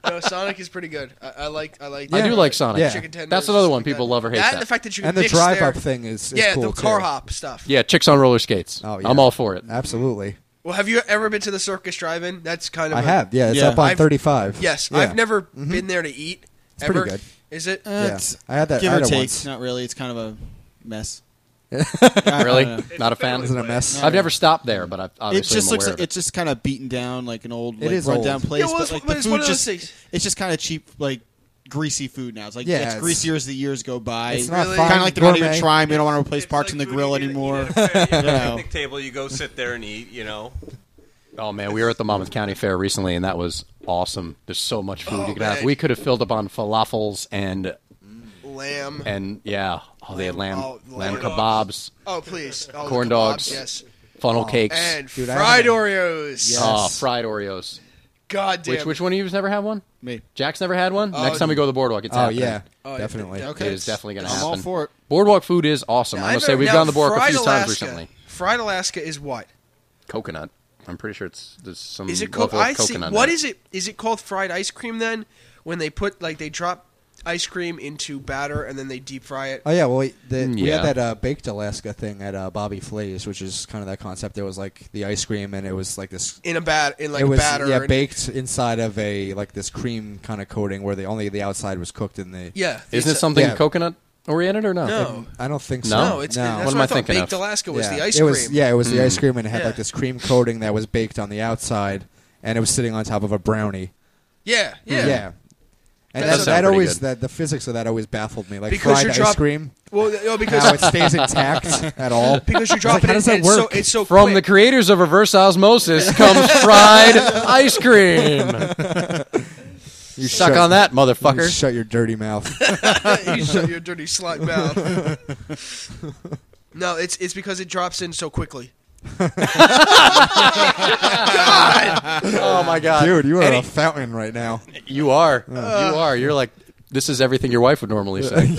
S2: No, Sonic Sonic is pretty good. I, I like. I like.
S1: I do like Sonic.
S4: Yeah.
S2: Chicken tenders.
S1: That's another one
S2: like
S1: people
S2: that.
S1: love or hate
S2: That and
S1: that.
S2: the fact that you can
S4: and the
S2: mix
S4: drive
S2: their-
S4: up thing is, is
S2: yeah,
S4: cool
S2: the car
S4: too.
S2: hop stuff.
S1: Yeah, chicks on roller skates.
S4: Oh, yeah.
S1: I'm all
S4: [LAUGHS]
S1: for it.
S4: Absolutely,
S2: Well, have you ever been to the circus drive-in? That's kind of.
S4: I
S2: a-
S4: have. Yeah, it's
S1: Yeah.
S4: up on
S2: I've-
S4: 35.
S2: Yes,
S4: Yeah. Mm-hmm.
S2: I've never been there to eat.
S4: pretty
S2: ever.
S4: good.
S2: Is it?
S4: Yeah.
S3: [LAUGHS] It's-
S4: I had that.
S3: Give
S4: I
S3: or
S4: had it
S3: take,
S4: once.
S3: not really. It's kind of a mess.
S1: Really,
S3: I don't
S1: not a fan.
S4: Isn't it a mess?
S1: I've never stopped there, but I've
S3: It
S1: obviously
S3: just
S1: am
S3: looks
S1: aware
S3: like
S1: of
S3: it's just kind of beaten down, like an old,
S4: It
S3: like,
S4: is
S3: rundown
S4: old.
S3: place.
S2: Yeah, well,
S3: but
S2: it's-
S3: like,
S2: but
S3: the
S2: it's
S3: food
S2: one of those
S3: just,
S2: things.
S3: It's just kind of cheap, like greasy food now. It's like
S4: Yeah,
S3: it's,
S4: it's-
S3: greasier as the years go by.
S4: It's not
S2: Really?
S4: fine.
S3: kind of like they're not even
S4: gourmet.
S3: trying. We don't want to replace
S7: It's
S3: parts
S7: like
S3: in the
S7: food
S3: grill
S7: you eat at-
S3: anymore. [LAUGHS]
S7: eat at a fair, you
S3: You
S7: have a
S3: know.
S7: picnic table, you go sit there and eat. You know,
S1: it. Oh man, we were at the Monmouth County Fair recently, and that was awesome. There's so much food
S2: Oh,
S1: you could have.
S2: man.
S1: We could have filled up on falafels and
S2: Lamb.
S1: and yeah, oh, they had
S2: Lamb-
S1: lamb,
S2: oh,
S1: lamb
S2: lamb
S1: kebabs,
S2: oh, please. Oh, the
S1: corn
S2: kebabs,
S1: dogs,
S2: Yes.
S1: funnel
S2: Oh,
S1: cakes,
S2: And
S4: Dude, I
S2: fried
S4: haven't-
S2: Oreos.
S4: Yeah.
S1: oh,
S4: Yes.
S1: fried Oreos.
S2: God damn.
S1: Which which one of you's never had one?
S3: Me.
S1: Jack's never had one.
S2: Oh,
S1: Next time we go to the boardwalk, it's
S4: Oh
S1: happening.
S4: yeah,
S2: Oh,
S4: definitely.
S2: yeah.
S3: Okay.
S1: It is definitely going to
S3: I'm
S1: happen.
S3: all for it.
S1: Boardwalk food is awesome. I must say we've
S2: now,
S1: gone to the boardwalk a
S2: fried
S1: few times
S2: Alaska.
S1: recently.
S2: Fried Alaska is what?
S1: Coconut. I'm pretty sure it's there's some
S2: Is it co-
S1: level
S2: I
S1: of
S2: see.
S1: Mm, coconut.
S2: What
S1: in
S2: is it? Is it called fried ice cream then? When they put like they drop ice cream into batter and then they deep fry it.
S4: Oh yeah, well we, the, we
S1: yeah.
S4: had that uh, baked Alaska thing at uh, Bobby Flay's, which is kind of that concept. There was like the ice cream, and it was like this.
S2: in a bat in like
S4: it was
S2: batter.
S4: yeah,
S2: and-
S4: baked inside of a like this cream kind of coating where the only the outside was cooked in the.
S2: Yeah,
S1: Isn't it
S2: it's-
S1: something
S4: yeah.
S1: coconut oriented or no?
S2: No.
S4: I don't think so.
S1: No?
S2: No, it's that's
S1: What
S2: what,
S1: am I
S2: I thought.
S1: thinking
S2: Baked
S1: of?
S2: Alaska was
S4: Yeah.
S2: the ice
S4: it was,
S2: cream.
S4: Yeah, it was the
S1: Mm.
S4: ice cream, and it had
S2: Yeah.
S4: like this cream coating that was baked on the outside, and it was sitting on top of a brownie.
S2: yeah, yeah.
S4: And
S2: That
S4: that,
S2: sounds
S4: that
S1: pretty
S4: always
S1: good.
S4: that the physics of that always baffled me. Like
S2: Because
S4: fried
S2: you're
S4: ice
S2: drop-
S4: cream,
S2: Well,
S4: [LAUGHS]
S2: no,
S4: how
S2: [LAUGHS] because
S4: it stays
S2: [LAUGHS]
S4: intact at all.
S2: because you drop
S4: like,
S2: it
S4: how
S2: in,
S4: does that
S2: and it's so
S4: work?
S2: it's so
S1: From the
S2: quick.
S1: creators of Reverse
S2: [LAUGHS]
S1: Osmosis comes fried ice cream.
S4: You
S1: Suck
S4: shut-
S1: on that,
S4: you
S1: motherfucker.
S2: [LAUGHS]
S4: Shut your dirty mouth.
S2: you shut your dirty slut mouth. [LAUGHS] no, it's it's because it drops in so quickly.
S1: oh my [LAUGHS] god,
S4: Dude, you are
S1: Any-
S4: a fountain right
S2: [LAUGHS]
S4: now.
S1: you are, you are. You're like, this is everything your wife would normally [LAUGHS] say.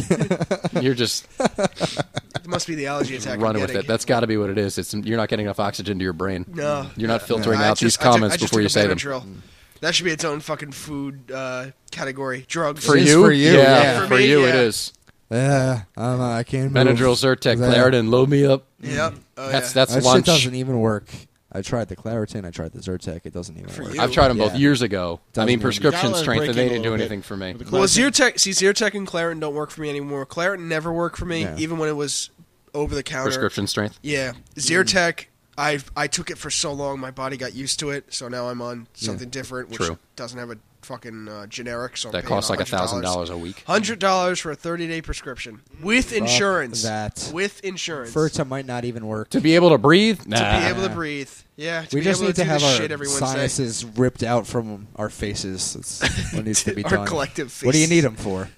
S1: You're just
S2: It must be the allergy attack. [LAUGHS] I'm
S1: running with
S2: getting.
S1: it. That's got to be what it is. It's you're not getting enough oxygen to your brain.
S2: No.
S1: you're not filtering
S2: I
S1: out these
S2: just- I ju- I
S1: comments
S2: just
S1: before you
S2: took a
S1: say them.
S2: Benadryl. That should be its own fucking food uh, category. Drugs
S1: For
S4: It is
S1: you,
S4: for you,
S1: yeah,
S4: yeah.
S1: for,
S2: For me,
S1: you it
S2: yeah.
S1: is.
S4: Yeah, I don't know. I can't. move.
S1: Benadryl, Zyrtec,
S4: That-
S1: Claritin, load me up.
S2: Yep. Oh,
S1: That's that's
S2: yeah.
S4: That shit
S1: lunch.
S4: doesn't even work. I tried the Claritin. I tried the Zyrtec. It doesn't even
S2: For
S4: work.
S2: you.
S1: I've tried them both
S4: Yeah.
S1: years ago. I
S4: Doesn't
S1: mean,
S4: even-
S1: prescription
S3: gotta
S1: strength,
S3: break
S1: and
S3: in
S1: they
S3: a
S1: didn't do
S3: little bit
S1: anything for me.
S3: with the
S2: Well,
S3: classic.
S2: Zyrtec, see, Zyrtec and Claritin don't work for me anymore. Claritin never worked for me,
S4: Yeah.
S2: even when it was over the counter.
S1: Prescription Mm. strength.
S2: Yeah, Zyrtec. I I took it for so long, my body got used to it. So now I'm on something different, which
S1: True.
S2: doesn't have a fucking uh, generic. So I'm
S1: That
S2: paying
S1: costs like a
S2: $100.
S1: thousand dollars a week.
S2: Hundred dollars for a thirty day prescription with insurance.
S4: that.
S2: with insurance
S4: Furta might not even work.
S1: To be able to breathe,
S2: to
S1: nah.
S2: be able to breathe. Yeah, to
S4: Uh, we
S2: be
S4: just
S2: able
S4: need
S2: to,
S4: to,
S2: do
S4: have
S2: this
S4: our
S2: shit every Wednesday.
S4: sinuses ripped out from our faces.
S2: [LAUGHS]
S4: That's what needs to be
S2: Our
S4: done.
S2: collective
S4: What do you
S2: faces.
S4: need them for?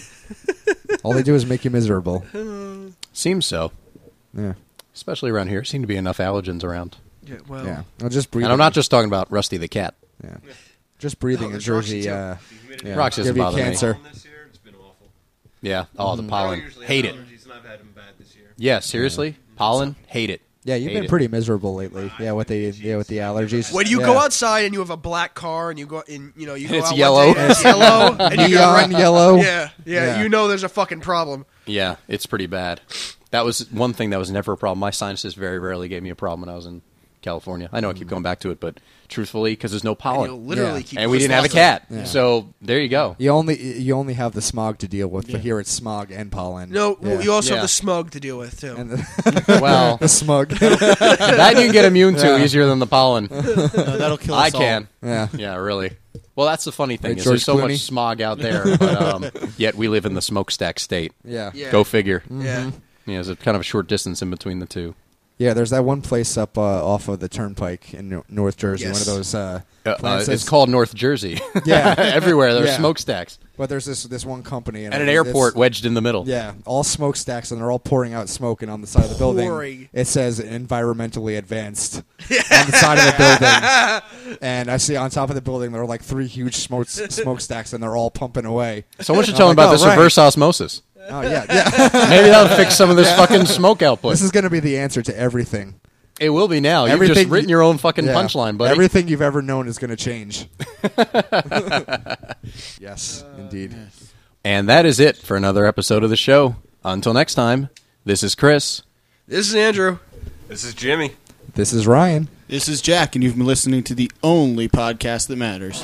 S2: [LAUGHS]
S4: All they do is make you miserable.
S1: Seems so,
S4: Yeah.
S1: especially around here. Seem to be enough allergens around,
S2: Yeah, well,
S4: Yeah. I'll just breathe.
S1: Oh. and I'm not just talking about Rusty the cat.
S4: Yeah. Just breathing in
S2: there's Oh, Roxy,
S4: Jersey.
S2: too.
S4: Uh, yeah.
S1: Roxy doesn't
S4: give you
S1: bother me.
S4: cancer.
S7: This year, it's been awful.
S1: Yeah, oh the
S7: I don't
S1: pollen,
S7: usually have
S1: hate it.
S7: allergies, and I've had them bad this year.
S1: Yeah, seriously, pollen, hate it.
S4: Yeah, you've
S1: Hate
S4: been
S1: it.
S4: pretty miserable lately. Yeah, with the yeah with the allergies.
S2: When you
S4: yeah.
S2: go
S4: [LAUGHS]
S2: outside and you have a black car and you go in, you know, you go
S1: it's
S2: out one
S1: yellow.
S2: day and it's yellow, and you go
S4: neon
S2: right,
S4: yellow.
S2: [LAUGHS] yeah, yeah,
S4: Yeah.
S2: you know, there's a fucking problem.
S1: Yeah, it's pretty bad. That was one thing that was never a problem. My sinuses very rarely gave me a problem when I was in California. I know I keep going back to it, but truthfully, because there's no pollen,
S2: You'll literally
S4: Oh, Yeah.
S2: keep.
S1: and we didn't have a
S2: pissed off.
S1: cat, so there you go.
S4: You only you only have the smog to deal with, but here it's smog and pollen.
S2: No,
S4: yeah.
S2: you also
S1: Yeah.
S2: have the smug to deal with too.
S4: and the,
S1: [LAUGHS] Well,
S4: [LAUGHS] the
S2: [LAUGHS]
S4: smug.
S1: that you can get immune to easier than the pollen.
S3: No, that'll kill
S1: I
S3: us all.
S1: can.
S4: yeah,
S1: Yeah, really. Well, that's the funny thing
S4: Right,
S1: is
S4: George
S1: there's so
S4: Clooney?
S1: much smog out there, but
S4: [LAUGHS]
S1: um, yet we live in the smokestack state.
S4: yeah,
S2: Yeah.
S1: Go figure.
S2: yeah,
S4: mm-hmm.
S1: You know, there's a kind of a short distance in between the two.
S4: Yeah, There's that one place up uh, off of the Turnpike in Nor- North Jersey. One
S2: Yes.
S4: of those. Uh,
S1: Uh, uh,
S4: plants
S1: it's
S4: that's-
S1: called North Jersey.
S4: Yeah,
S1: [LAUGHS] Everywhere there's
S4: Yeah.
S1: smokestacks
S4: but there's this this one company and
S1: and an
S4: it's-
S1: airport wedged in the middle.
S4: Yeah, all smokestacks, and they're all pouring out smoke, and on the side of the building,
S2: Pouring.
S4: it says environmentally advanced [LAUGHS] on the side of the
S1: [LAUGHS]
S4: building. And I see on top of the building, there are like three huge smoke smokestacks, and they're all pumping away.
S1: Someone should
S4: I'm
S1: tell me
S4: like,
S1: about
S4: "Oh,
S1: this
S4: right."
S1: reverse osmosis.
S4: Oh yeah, yeah.
S1: [LAUGHS]
S4: [LAUGHS]
S1: Maybe that'll fix some of this fucking smoke output.
S4: this is going to be the answer to everything.
S1: It will be now. You've
S4: Everything
S1: just written your own fucking
S4: Yeah.
S1: punchline, buddy.
S4: Everything you've ever known is going
S1: [LAUGHS]
S4: to change. [LAUGHS] yes, indeed.
S1: and that is it for another episode of the show. Until next time, this is Chris.
S2: This is Andrew.
S7: This is Jimmy.
S4: This is Ryan.
S3: This is Jack, and you've been listening to the only podcast that matters.